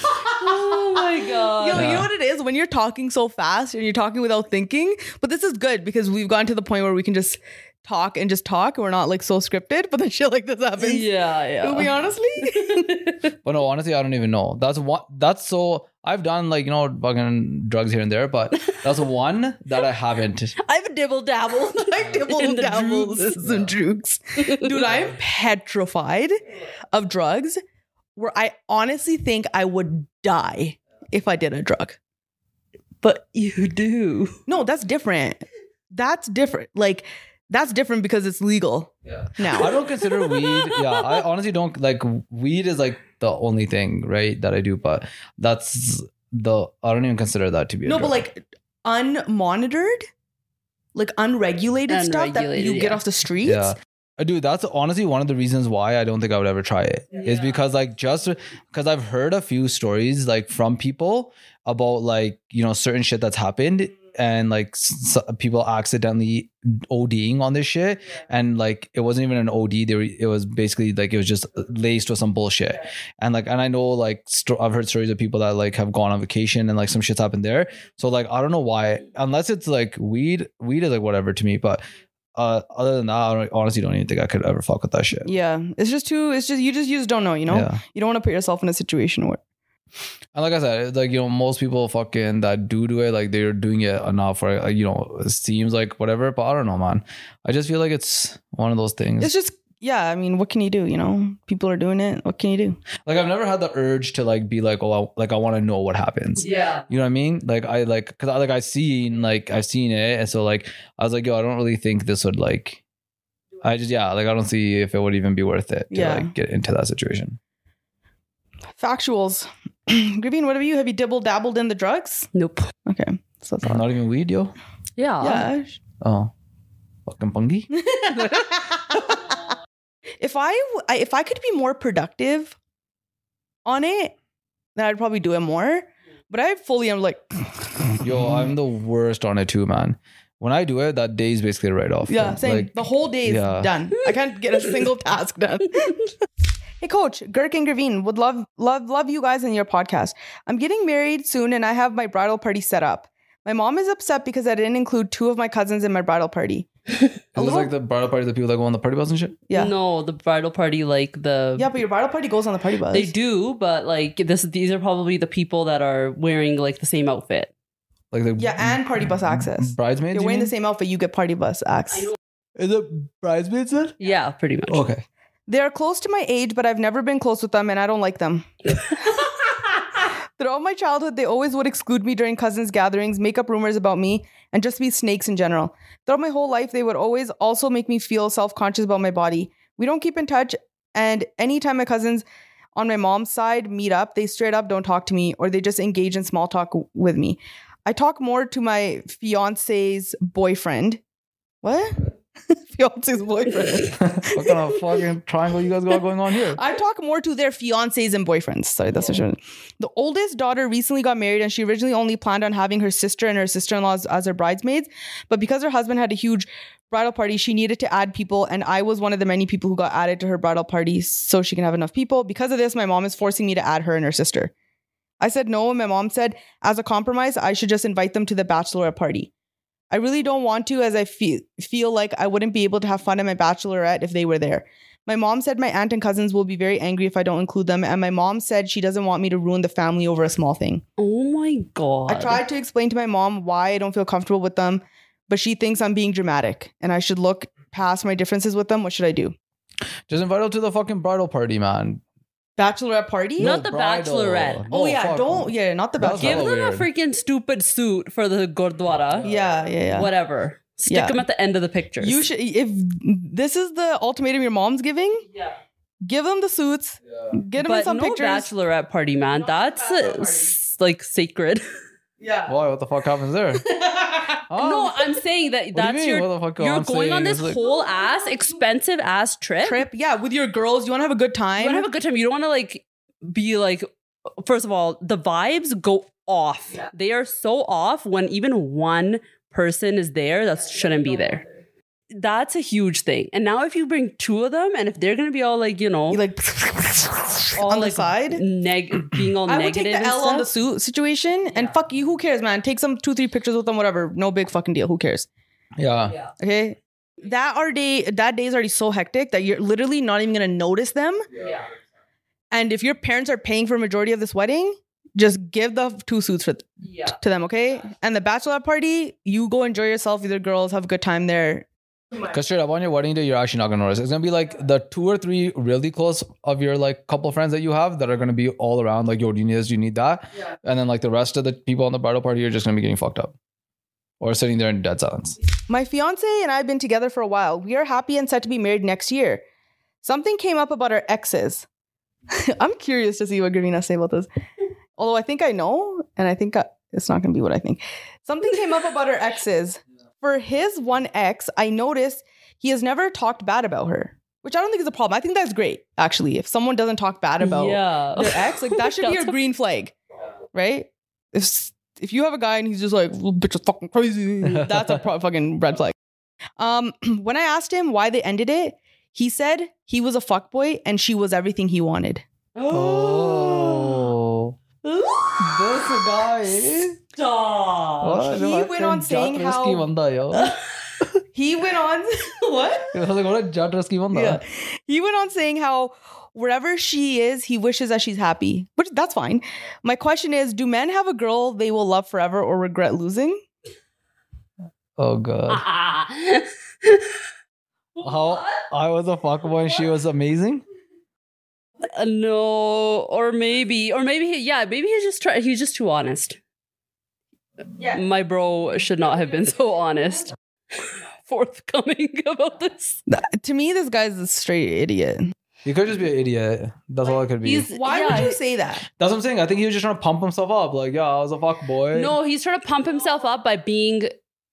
Speaker 3: oh my God.
Speaker 2: Yo, you
Speaker 1: Yeah.
Speaker 2: know what it is when you're talking so fast and you're talking without thinking. But this is good because we've gotten to the point where we can just talk and just talk, and we're not like so scripted. But then shit like this happens.
Speaker 3: yeah,
Speaker 2: To be
Speaker 3: yeah.
Speaker 2: honestly,
Speaker 1: But no, honestly, I don't even know. That's one. That's so. I've done like you know fucking drugs here and there, but that's one that I haven't.
Speaker 2: I've dibble dabbled. I've
Speaker 3: In
Speaker 2: dibble
Speaker 3: the
Speaker 2: dabbled
Speaker 3: droogs.
Speaker 2: some droogs. Dude, I'm petrified of drugs where I honestly think I would die if I did a drug.
Speaker 3: But you do.
Speaker 2: No, that's different. That's different. Like, that's different because it's legal now.
Speaker 1: I don't consider weed. Yeah, I honestly don't like weed is like the only thing right that I do. But that's the I don't even consider that to be a
Speaker 2: No, but
Speaker 1: drug.
Speaker 2: like unmonitored, like unregulated, stuff that you
Speaker 3: Unregulated,
Speaker 2: get
Speaker 3: yeah.
Speaker 2: off the streets.
Speaker 1: yeah. Uh, Dude, that's honestly one of the reasons why I don't think I would ever try it. Is because like just because I've heard a few stories like from people about like you know certain shit that's happened
Speaker 2: Mm-hmm.
Speaker 1: and like s- s- people accidentally ODing on this shit and like it wasn't even an OD. They were, it was basically like it was just laced with some bullshit. And like and I know like sto- I've heard stories of people that like have gone on vacation and like some shit's happened there. So like I don't know why unless it's like weed. Weed is like whatever to me, but uh, other than that, I don't- honestly don't even think I could ever fuck with that shit.
Speaker 2: Yeah, it's just too. It's just you just you just don't know. You know,
Speaker 1: Yeah.
Speaker 2: you don't want to put yourself in a situation where
Speaker 1: And like I said, it's like, you know, most people fucking that do do it, like they're doing it enough, right? Like, you know, it seems like whatever, but I don't know, man. I just feel like it's one of those things.
Speaker 2: it's just yeah. I mean, what can you do? You know, people are doing it. What can you do?
Speaker 1: like, I've never had the urge to like be like, oh, I, like I want to know what happens.
Speaker 3: Yeah.
Speaker 1: You know what I mean? Like I like because I like I seen like I've seen it, and so like I was like, yo, I don't really think this would like. I just yeah, like I don't see if it would even be worth it to
Speaker 2: Yeah.
Speaker 1: like get into that situation.
Speaker 2: Factuals. Graveen, what have you? Have you dibble dabbled in the drugs?
Speaker 3: Nope.
Speaker 2: Okay, so that's all.
Speaker 1: Not even weed, yo.
Speaker 3: Yeah.
Speaker 2: Yeah.
Speaker 1: Oh, fucking pungy.
Speaker 2: if I w- I- if I could be more productive on it, then I'd probably do it more. But I fully am like,
Speaker 1: Yo, I'm the worst on it too, man. When I do it, that day is basically a write off.
Speaker 2: yeah, same.
Speaker 1: Like,
Speaker 2: the whole day is
Speaker 1: yeah.
Speaker 2: done. I can't get a single task done. hey, Coach Girk and Graveen would love love love you guys and your podcast. I'm getting married soon, and I have my bridal party set up. My mom is upset because I didn't include two of my cousins in my bridal party.
Speaker 1: is this like the bridal party, the people that go on the party bus and shit?
Speaker 2: Yeah.
Speaker 3: No, the bridal party, like the.
Speaker 2: Yeah, but your bridal party goes on the party bus.
Speaker 3: They do, but like this, these are probably the people that are wearing like the same outfit.
Speaker 1: Like the
Speaker 2: Yeah, and party bus access.
Speaker 1: Bridesmaids.
Speaker 2: You're
Speaker 1: you
Speaker 2: wearing the
Speaker 1: mean?
Speaker 2: same outfit, you get party bus access.
Speaker 1: Is it bridesmaids then?
Speaker 3: Yeah, pretty much.
Speaker 2: Oh.
Speaker 1: Okay.
Speaker 2: They are close to my age, but I've never been close with them and I don't like them. Throughout my childhood, they always would exclude me during cousins' gatherings, make up rumors about me, and just be snakes in general. Throughout my whole life, they would always also make me feel self conscious about my body. We don't keep in touch, and anytime my cousins on my mom's side meet up, they straight up don't talk to me or they just engage in small talk w- with me. I talk more to my fiance's boyfriend. What? fiance's boyfriend.
Speaker 1: what kind of fucking triangle you guys got going on here?
Speaker 2: I talk more to their fiancés and boyfriends. Sorry, that's what I meant. The oldest daughter recently got married, and she originally only planned on having her sister and her sister-in-laws as her bridesmaids. But because her husband had a huge bridal party, she needed to add people, and I was one of the many people who got added to her bridal party so she can have enough people. Because of this, my mom is forcing me to add her and her sister. I said no, and my mom said, as a compromise, I should just invite them to the bachelorette party. I really don't want to, as I feel feel like I wouldn't be able to have fun at my bachelorette if they were there. My mom said my aunt and cousins will be very angry if I don't include them, and my mom said she doesn't want me to ruin the family over a small thing.
Speaker 3: Oh my god.
Speaker 2: I tried to explain to my mom why I don't feel comfortable with them, but she thinks I'm being dramatic and I should look past my differences with them. What should I do?
Speaker 1: Just invite them to the fucking bridal party, man.
Speaker 2: Bachelorette party?
Speaker 3: No. Not the bachelorette.
Speaker 2: Oh,
Speaker 1: No,
Speaker 2: yeah,
Speaker 1: fuck.
Speaker 2: don't yeah, not the
Speaker 1: That was
Speaker 2: bachelorette.
Speaker 3: Give
Speaker 1: hella
Speaker 3: them a
Speaker 1: weird.
Speaker 3: freaking stupid suit for the Gurdwara.
Speaker 2: Yeah, yeah, yeah.
Speaker 3: Whatever. Stick
Speaker 2: Yeah.
Speaker 3: them at the end of the pictures.
Speaker 2: You should if this is the ultimatum your mom's giving.
Speaker 3: Yeah.
Speaker 2: Give them the suits. Get them in
Speaker 3: but
Speaker 2: some
Speaker 3: no
Speaker 2: pictures.
Speaker 3: bachelorette party, man. That's uh, s- like sacred.
Speaker 2: yeah.
Speaker 1: Why? What the fuck happens there? Oh,
Speaker 3: no,
Speaker 1: what
Speaker 3: I'm saying that
Speaker 1: do you
Speaker 3: that's
Speaker 1: mean?
Speaker 3: your.
Speaker 1: What the fuck
Speaker 3: You're
Speaker 1: I'm
Speaker 3: going on
Speaker 1: saying
Speaker 3: this
Speaker 1: is, like-
Speaker 3: whole ass expensive ass trip.
Speaker 2: Trip, yeah, with your girls. You want to have a good
Speaker 3: You
Speaker 2: time.
Speaker 3: want to have a good time. You don't want to like be like. First of all, the vibes go off. They are so off when even one person is there that shouldn't be there. That's a huge thing. And now if you bring two of them, and if they're gonna be all like you know
Speaker 2: You like
Speaker 3: all
Speaker 2: on
Speaker 3: like
Speaker 2: the side.
Speaker 3: neg- being all
Speaker 2: I would
Speaker 3: negative
Speaker 2: take the
Speaker 3: and
Speaker 2: L on the
Speaker 3: stuff,
Speaker 2: suit situation and fuck you. Who cares, man? Take some two, three pictures with them, whatever. No big fucking deal. Who cares?
Speaker 1: Yeah.
Speaker 2: Okay. That our day that day is already so hectic that you're literally not even gonna notice them.
Speaker 3: Yeah.
Speaker 2: And if your parents are paying for majority of this wedding, just give the two suits for,
Speaker 3: yeah.
Speaker 2: to them, okay? And the bachelorette party, you go enjoy yourself with your girls, have a good time there.
Speaker 1: Because straight up on your wedding day, you're actually not gonna notice. It's gonna be like the two or three really close of your like couple friends that you have that are gonna be all around. Like, yo, do you need this? Do you need that? And then like the rest of the people on the bridal party, you're just gonna be getting fucked up, or sitting there in dead silence.
Speaker 2: My fiance and I have been together for a while. We are happy and set to be married next year. Something came up about our exes. I'm curious to see what Gravina say about this. Although I think I know, and I think I, it's not going to be what I think. Something came up about our exes. For his one ex, I noticed he has never talked bad about her, which I don't think is a problem. I think that's great, actually. If someone doesn't talk bad about
Speaker 3: yeah.
Speaker 2: their ex, like that should be
Speaker 3: That's
Speaker 2: your green flag, right? If if you have a guy and he's just like little bitch is fucking crazy, that's a pro- fucking red flag. Um, when I asked him why they ended it, he said he was a fuckboy and she was everything he wanted.
Speaker 1: Oh, this guy. eh?
Speaker 3: Stop.
Speaker 1: What?
Speaker 2: he went on saying how-
Speaker 1: Jatreski banda, yo.
Speaker 2: He went on what?
Speaker 1: I was like, what a Jatreski banda.
Speaker 2: Yeah. He went on saying how wherever she is, he wishes that she's happy. Which that's fine. My question is, do men have a girl they will love forever or regret losing?
Speaker 1: Oh god. How I was a fuckboy and she was amazing.
Speaker 3: Uh, no, or maybe, or maybe, he, yeah, maybe he's just try. He's just too honest. Yeah, my bro should not have been so honest, forthcoming about this.
Speaker 2: To me, this guy's a straight idiot.
Speaker 1: You could just be an idiot. That's all it could be.
Speaker 2: Why
Speaker 3: yeah.
Speaker 2: would you say that?
Speaker 1: That's what I'm saying. I think he was just trying to pump himself up. Like, yeah, I was a fuckboy.
Speaker 3: No, he's trying to pump himself up by being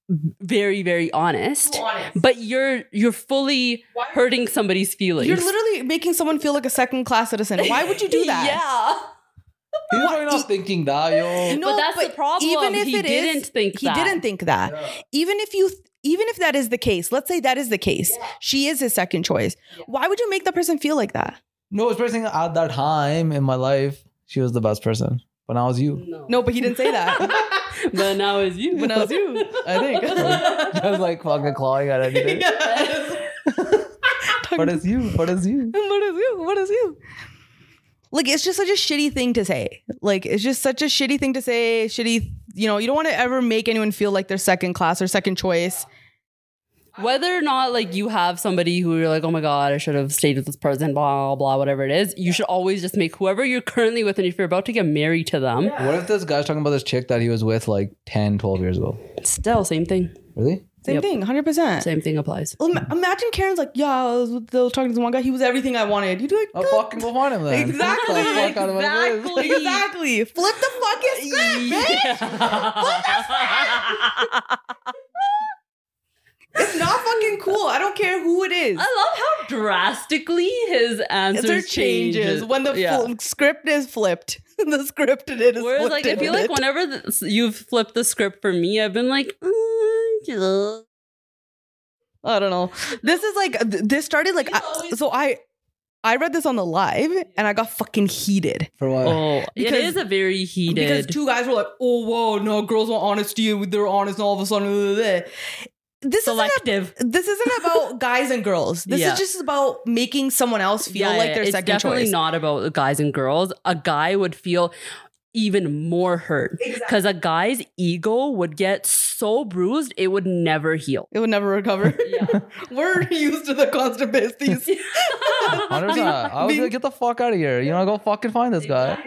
Speaker 3: very, very honest. But you're you're fully hurting somebody's feelings.
Speaker 2: You're literally making someone feel like a second class citizen. Why would you do that?
Speaker 3: yeah.
Speaker 1: He's probably not thinking that, yo.
Speaker 2: Eh, No,
Speaker 3: but that's the problem.
Speaker 2: Even if
Speaker 3: he
Speaker 2: it is-
Speaker 3: didn't think
Speaker 2: he
Speaker 3: that.
Speaker 2: didn't think that. Even if you, even if that is the case, let's say that is the case, she is his second choice. Why would you make that person feel like that?
Speaker 1: No, it's person at that time in my life, she was the best person. But now it's you.
Speaker 2: No, but he didn't say that.
Speaker 3: but now it's you.
Speaker 2: But now it's you.
Speaker 1: I think. I was like fucking clawing at anything. But it's you. But it's you.
Speaker 2: what is you? What is you? Like it's just such a shitty thing to say. Like it's just such a shitty thing to say. Shitty you know, you don't want to ever make anyone feel like they're second class or second choice.
Speaker 3: whether or not like you have somebody who you're like, oh my god, I should have stayed with this person, blah blah, blah whatever it is, you should always just make whoever you're currently with, and if you're about to get married to them,
Speaker 1: What if this guy's talking about this chick that he was with like 10, 12 years ago?
Speaker 3: still same thing,
Speaker 1: Really?
Speaker 2: Same
Speaker 3: Yep.
Speaker 2: thing, 100%.
Speaker 3: same thing applies.
Speaker 2: Im- Imagine Karen's like, yeah, I was, with- I was talking to this one guy. He was everything I wanted. You'd be like,
Speaker 1: I
Speaker 2: "Good."
Speaker 1: fucking go on him then.
Speaker 2: Exactly.
Speaker 1: Get the fuck out of my business.
Speaker 3: Exactly.
Speaker 2: exactly. Flip the fucking script, bitch. It's not fucking cool. I don't care who it is.
Speaker 3: I love how drastically his answers
Speaker 2: Answer changes when the
Speaker 3: Yeah.
Speaker 2: fl- script is flipped. the script it is.
Speaker 3: Whereas, like, I
Speaker 2: flipped
Speaker 3: feel
Speaker 2: in
Speaker 3: like
Speaker 2: it.
Speaker 3: whenever th- you've flipped the script for me, I've been like, uh, yeah.
Speaker 2: I don't know. This is like th- this started like I, so I I read this on the live and I got fucking heated
Speaker 1: For what?
Speaker 3: oh, it
Speaker 2: Because-
Speaker 3: is a very
Speaker 2: because
Speaker 3: heated.
Speaker 2: two guys were like, "Oh whoa, no, girls want honesty. They're honest, and all of a sudden." blah, blah, blah." This isn't
Speaker 3: selective.
Speaker 2: a- this isn't about guys and girls. This
Speaker 3: Yeah.
Speaker 2: is just about making someone else feel like they're
Speaker 3: it's
Speaker 2: second
Speaker 3: definitely
Speaker 2: choice.
Speaker 3: not about the guys and girls. A guy would feel even more hurt because a guy's ego would get so bruised it would never heal.
Speaker 2: it would never recover.
Speaker 3: Yeah.
Speaker 2: We're used to the constant besties.
Speaker 1: 100%. I was
Speaker 2: being-
Speaker 1: like, get the fuck out of here. You know, go fucking find this guy.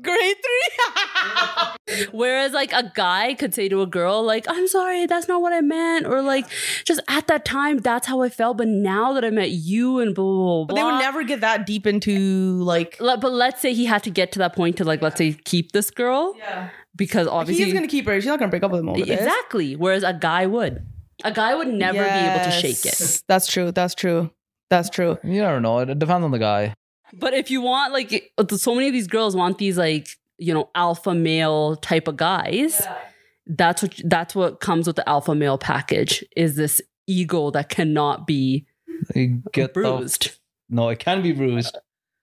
Speaker 2: Grade three.
Speaker 3: Whereas like a guy could say to a girl like I'm sorry that's not what I meant or like just at that time that's how I felt but now that I met you and blah blah blah.
Speaker 2: but they would
Speaker 3: blah."
Speaker 2: never get that deep into like.
Speaker 3: Le- but let's say he had to get to that point to like let's say keep this girl
Speaker 2: Yeah.
Speaker 3: because obviously
Speaker 2: He's gonna keep her. She's not gonna break up with him over this.
Speaker 3: exactly whereas a guy would a guy would never be able to shake it
Speaker 2: Yes. That's true. That's true. That's true.
Speaker 1: You never know. It depends on the guy.
Speaker 3: But if you want, like, it- so many of these girls want these, like, you know, alpha male type of guys. That's what that's what comes with the alpha male package is this ego that cannot be
Speaker 1: You get the.
Speaker 3: bruised.
Speaker 1: No, it can be bruised.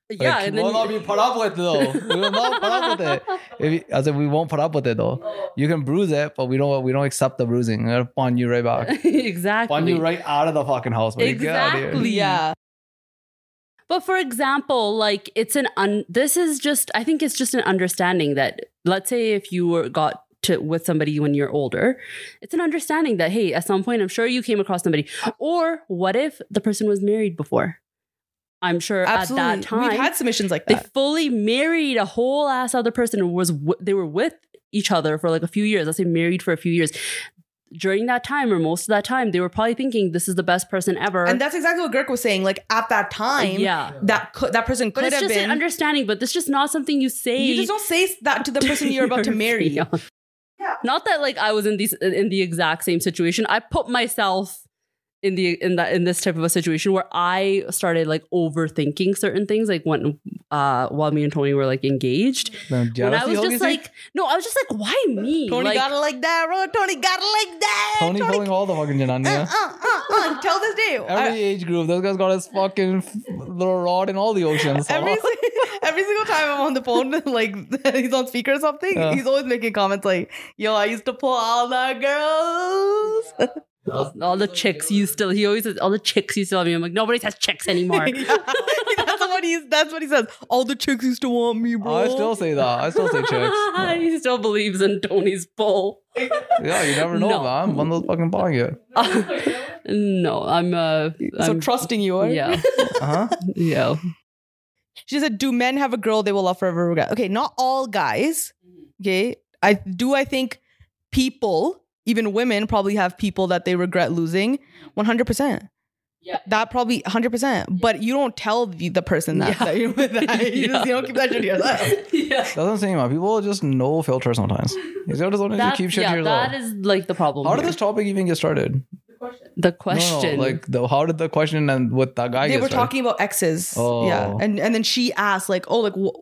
Speaker 1: But
Speaker 3: yeah,
Speaker 1: it
Speaker 3: and
Speaker 1: will
Speaker 3: then
Speaker 1: not be put up with though. We will not put up with it. If you, I said we won't put up with it though. You can bruise it, but we don't. We don't accept the bruising. We're gonna pawn you right back.
Speaker 3: exactly.
Speaker 1: Pawn you right out of the fucking house. man. Get out of here.
Speaker 3: Exactly.
Speaker 2: Yeah.
Speaker 3: But for example, like it's an un this is just I think it's just an understanding that let's say if you were got to with somebody when you're older, it's an understanding that hey, at some point I'm sure you came across somebody. Or what if the person was married before? I'm sure
Speaker 2: Absolutely.
Speaker 3: at that time
Speaker 2: We've had submissions like
Speaker 3: they
Speaker 2: that.
Speaker 3: fully married a whole ass other person and was w- they were with each other for like a few years. Let's say married for a few years. During that time or most of that time, they were probably thinking this is the best person ever.
Speaker 2: and that's exactly what Girk was saying. Like at that time,
Speaker 3: yeah.
Speaker 2: that could that person
Speaker 3: But
Speaker 2: could
Speaker 3: it's
Speaker 2: have
Speaker 3: just
Speaker 2: been.
Speaker 3: an understanding. But that's just not something you say.
Speaker 2: you just don't say that to the person you're about to marry.
Speaker 3: Yeah. Not that like I was in these in the exact same situation. I put myself in the in that in this type of a situation where I started like overthinking certain things. Like when uh while me and Tony were like engaged,
Speaker 1: Then
Speaker 3: when I
Speaker 1: jealousy,
Speaker 3: was
Speaker 1: Hogan
Speaker 3: just
Speaker 1: said?
Speaker 3: like, eh, no, I was just like, why me?
Speaker 2: Tony
Speaker 3: like,
Speaker 2: got it like that, bro. Tony got it like that.
Speaker 1: Tony pulling all the fucking
Speaker 3: Eh,
Speaker 2: Uh,
Speaker 1: janania.
Speaker 2: uh, uh, uh. Tell this day. I-
Speaker 1: Every age group, those guys got his fucking f- little rod in all the oceans.
Speaker 2: every, si- every single time I'm on the phone, like he's on speaker or something,
Speaker 1: Yeah.
Speaker 2: he's always making comments like, "Yo, I used to pull all the girls."
Speaker 3: all the chicks you still. He always says all the chicks you still have me. I'm like nobody says chicks anymore.
Speaker 2: that's what he. That's what he says. All the chicks used to want me, bro.
Speaker 1: I still say that. I still say chicks.
Speaker 3: he still believes in Tony's bull.
Speaker 1: Yeah, you never know,
Speaker 3: No.
Speaker 1: man. One of those fucking pockets.
Speaker 3: no, I'm uh
Speaker 2: so
Speaker 3: I'm-
Speaker 2: trusting you are.
Speaker 3: yeah,
Speaker 1: Uh huh.
Speaker 3: yeah.
Speaker 2: She said, "Do men have a girl they will love forever?" Regret? Okay, not all guys. Okay, I do. I think people, even women, probably have people that they regret losing. One hundred percent.
Speaker 3: Yeah.
Speaker 2: That probably hundred percent. But you don't tell the, the person that,
Speaker 3: Yeah.
Speaker 2: that you're with. That. You, just, you don't keep that shit to yourself.
Speaker 3: yeah.
Speaker 1: That's what I'm saying, man. People just no filter sometimes. You just want to
Speaker 3: That's,
Speaker 1: keep shit to
Speaker 3: yeah,
Speaker 1: yourself.
Speaker 3: that is like the problem.
Speaker 1: How did
Speaker 3: here.
Speaker 1: this topic even get started?
Speaker 3: the
Speaker 1: No, no,
Speaker 3: question?
Speaker 1: like, the, how did the question and with that guy
Speaker 2: they
Speaker 1: get
Speaker 2: were
Speaker 1: started?
Speaker 2: talking about exes.
Speaker 1: Oh.
Speaker 2: Yeah. And and then she asked, like, oh, like wh-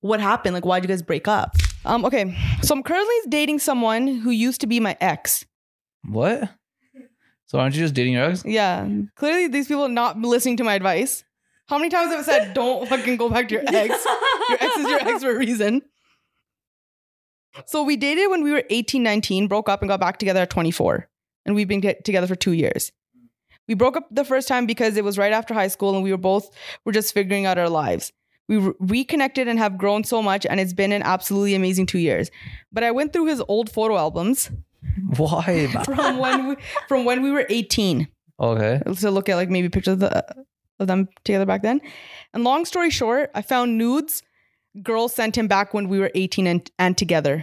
Speaker 2: what happened? Like, why'd you guys break up? Um, okay. So I'm currently dating someone who used to be my ex.
Speaker 1: What? So aren't you just dating your ex?
Speaker 2: Yeah. Clearly these people are not listening to my advice. How many times have I said don't fucking go back to your ex? Your ex is your ex for a reason. So we dated when we were 18, 19, broke up and got back together at 24. And we've been get together for two years. We broke up the first time because it was right after high school and we were both were just figuring out our lives. We re- reconnected and have grown so much, and it's been an absolutely amazing two years. But I went through his old photo albums
Speaker 1: Why?
Speaker 2: from when we, from when we were 18
Speaker 1: Okay.
Speaker 2: to look at like maybe pictures of, the, of them together back then. And long story short, I found nudes girls sent him back when we were 18 and, and together.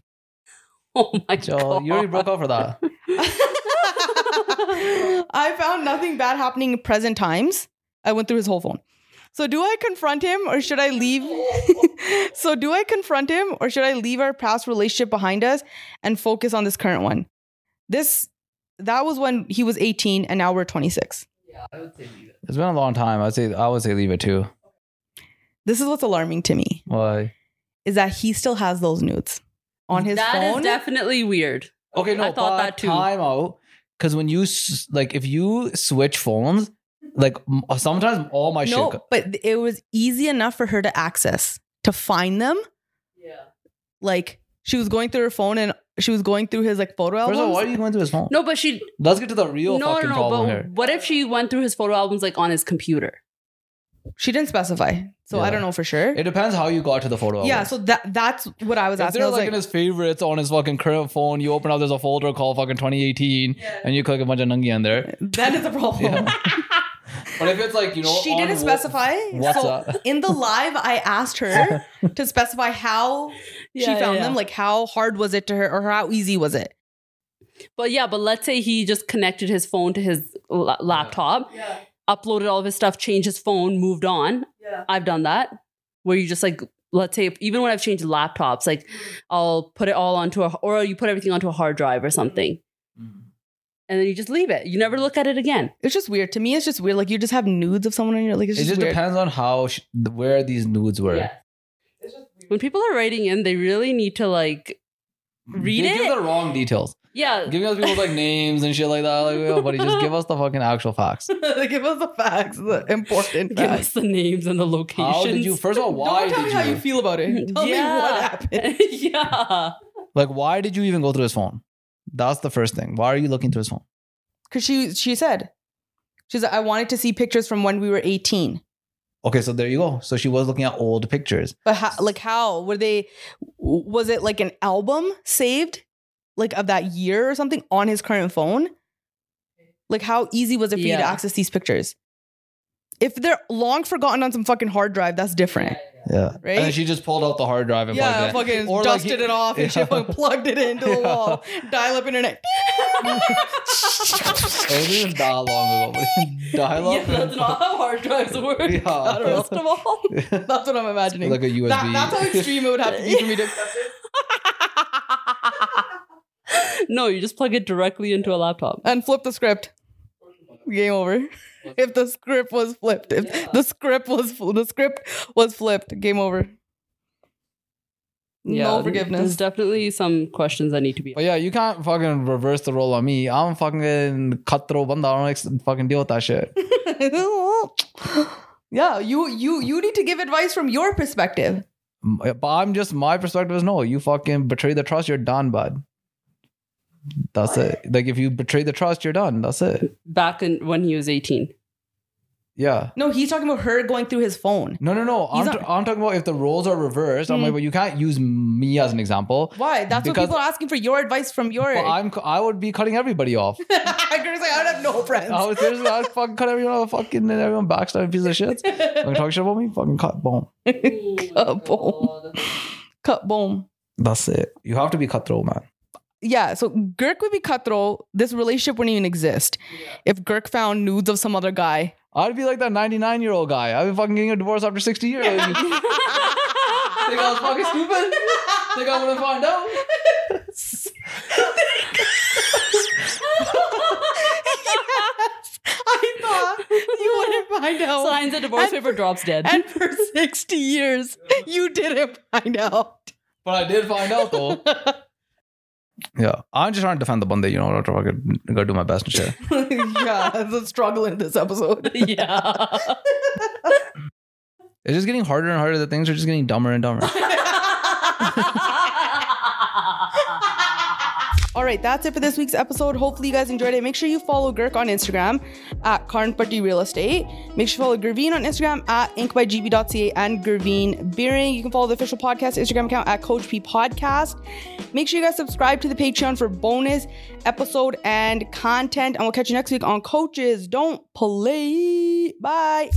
Speaker 3: Oh my
Speaker 1: So
Speaker 3: god.
Speaker 1: you already broke up for that.
Speaker 2: I found nothing bad happening in present times. I went through his whole phone. So do I confront him or should I leave? so do I confront him or should I leave our past relationship behind us and focus on this current one? This that was when he was 18 and now we're 26.
Speaker 1: It's been a long time. I'd say I would say leave it too.
Speaker 2: This is what's alarming to me
Speaker 1: Why?
Speaker 2: is that he still has those nudes on his
Speaker 3: That is
Speaker 2: phone.
Speaker 3: definitely weird.
Speaker 1: Okay, no,
Speaker 3: I thought
Speaker 1: but
Speaker 3: that too.
Speaker 1: Time out, because when you s- like, if you switch phones, like m- uh, sometimes all my shit.
Speaker 2: no,
Speaker 1: go-
Speaker 2: but it was easy enough for her to access to find them.
Speaker 3: Yeah.
Speaker 2: Like she was going through her phone and she was going through his like photo
Speaker 1: First
Speaker 2: albums.
Speaker 1: of all, why are you going through his phone?
Speaker 3: No, but she
Speaker 1: Let's get to the real
Speaker 3: no no
Speaker 1: fucking
Speaker 3: no. But
Speaker 1: problem here.
Speaker 3: what if she went through his photo albums like on his computer?
Speaker 2: She didn't specify, so I
Speaker 1: Yeah.
Speaker 2: don't know for sure.
Speaker 1: It depends how you got to the photo.
Speaker 2: yeah,
Speaker 1: album.
Speaker 2: so that that's what I was
Speaker 1: If
Speaker 2: asking.
Speaker 1: they're like,
Speaker 2: I was like,
Speaker 1: in his favorites on his fucking current phone, you open up, there's a folder called fucking 2018, and you click a bunch of nungi on there.
Speaker 2: that is a problem.
Speaker 1: Yeah. But if it's like, you know,
Speaker 2: she
Speaker 1: on
Speaker 2: didn't
Speaker 1: Wo-
Speaker 2: specify.
Speaker 1: What's
Speaker 2: so
Speaker 1: up?
Speaker 2: in the live, I asked her to specify how she found them. Like how hard was it to her, or how easy was it?
Speaker 3: But yeah, but let's say he just connected his phone to his la- laptop, uploaded all of his stuff, changed his phone, moved on. I've done that where you just like, let's say, even when I've changed laptops, like I'll put it all onto a, or you put everything onto a hard drive or something. And then you just leave it. You never look at it again.
Speaker 2: It's just weird. To me, it's just weird. Like you just have nudes of someone in your like. It's
Speaker 1: It
Speaker 2: just,
Speaker 1: just
Speaker 2: weird.
Speaker 1: depends on how, sh- where these nudes were.
Speaker 3: When people are writing in, they really need to like, Read
Speaker 1: they
Speaker 3: it.
Speaker 1: Give the wrong details.
Speaker 3: yeah,
Speaker 1: Giving us people's like names and shit like that. Like, yo, buddy, just give us the fucking actual facts.
Speaker 2: Like, Give us the facts, the important
Speaker 3: give
Speaker 2: facts.
Speaker 3: us the names and the locations.
Speaker 1: How did you? First of all, why
Speaker 2: Don't
Speaker 1: did
Speaker 2: tell me
Speaker 1: you,
Speaker 2: how you feel about it. Tell me
Speaker 3: Yeah.
Speaker 2: what happened.
Speaker 3: yeah.
Speaker 1: Like, why did you even go through his phone? That's the first thing. Why are you looking through his phone?
Speaker 2: Because she she said, she's like, I wanted to see pictures from when we were eighteen.
Speaker 1: Okay, so there you go. So she was looking at old pictures.
Speaker 2: But how, like, how were they? Was it like an album saved, like of that year or something, on his current phone? Like, how easy was it for you to
Speaker 3: Yeah.
Speaker 2: access these pictures? If they're long forgotten on some fucking hard drive, that's different,
Speaker 1: Yeah. And then
Speaker 2: right?
Speaker 1: she just pulled out the hard drive and
Speaker 2: yeah,
Speaker 1: plugged it.
Speaker 2: fucking
Speaker 1: Or, like,
Speaker 2: dusted
Speaker 1: he-
Speaker 2: it off and she
Speaker 1: Yeah.
Speaker 2: fucking plugged it into the
Speaker 1: Yeah.
Speaker 2: wall. Dial up internet.
Speaker 1: It wasn't even that long ago. but
Speaker 3: Yeah,
Speaker 1: Dial-up.
Speaker 3: that's not how hard drives work.
Speaker 1: Yeah. I don't know.
Speaker 3: First of all,
Speaker 2: That's what I'm imagining.
Speaker 1: like a USB.
Speaker 2: That- that's how extreme it would have to be for me to accept it.
Speaker 3: no, you just plug it directly into a laptop.
Speaker 2: and flip the script. Game over. If the script was flipped, if the script was fl- the script was flipped, game over. no
Speaker 3: There's
Speaker 2: forgiveness.
Speaker 3: definitely some questions that need to be.
Speaker 1: but yeah, you can't fucking reverse the role on me. I'm fucking cutthroat banda. I don't ex- fucking deal with that shit.
Speaker 2: yeah, you you you need to give advice from your perspective.
Speaker 1: But I'm just my perspective is no. You fucking betray the trust, you're done, bud. That's it. Like if you betray the trust, you're done. That's it.
Speaker 3: Back in when he was 18.
Speaker 1: Yeah.
Speaker 2: No, he's talking about her going through his phone.
Speaker 1: No, no, no. I'm,
Speaker 2: He's
Speaker 1: t- I'm talking about if the roles are reversed. I'm
Speaker 2: Mm.
Speaker 1: like, but you can't use me as an example.
Speaker 2: Why? That's
Speaker 1: Because-
Speaker 2: what people are asking for your advice from your.
Speaker 1: But I'm cu- I would be cutting everybody off.
Speaker 2: I was like, I don't have no friends.
Speaker 1: I would seriously, I would fucking cut everyone off. Fucking and everyone backstabbing piece of shit. Fucking talk shit about me. Fucking cut. Boom. Oh.
Speaker 2: Cut boom. Cut boom.
Speaker 1: That's it. You have to be cutthroat, man.
Speaker 2: yeah, so Girk would be cutthroat. This relationship wouldn't even exist if Girk found nudes of some other guy.
Speaker 1: I'd be like that 99 year old guy. I've been fucking getting a divorce after 60 years. Think I was fucking stupid? Think I wouldn't find out?
Speaker 2: yes, I thought you wouldn't find out.
Speaker 3: Signs a divorce
Speaker 2: Oh. And-
Speaker 3: paper, drops dead.
Speaker 2: and for 60 years, you didn't find out.
Speaker 1: But I did find out though. yeah, I'm just trying to defend the bande. You know, I'm fucking gonna do my best and shit.
Speaker 2: yeah, it's a struggle in this episode.
Speaker 3: yeah.
Speaker 1: It's just getting harder and harder. The things are just getting dumber and dumber.
Speaker 2: All right, that's it for this week's episode. Hopefully, you guys enjoyed it. Make sure you follow Girk on Instagram at Karnpati Real Estate. Make sure you follow Gerveen on Instagram at inkbygb.ca and Gerveen Beering. You can follow the official podcast Instagram account at Coach P Podcast. Make sure you guys subscribe to the Patreon for bonus episode and content. And we'll catch you next week on Coaches Don't Play. Bye.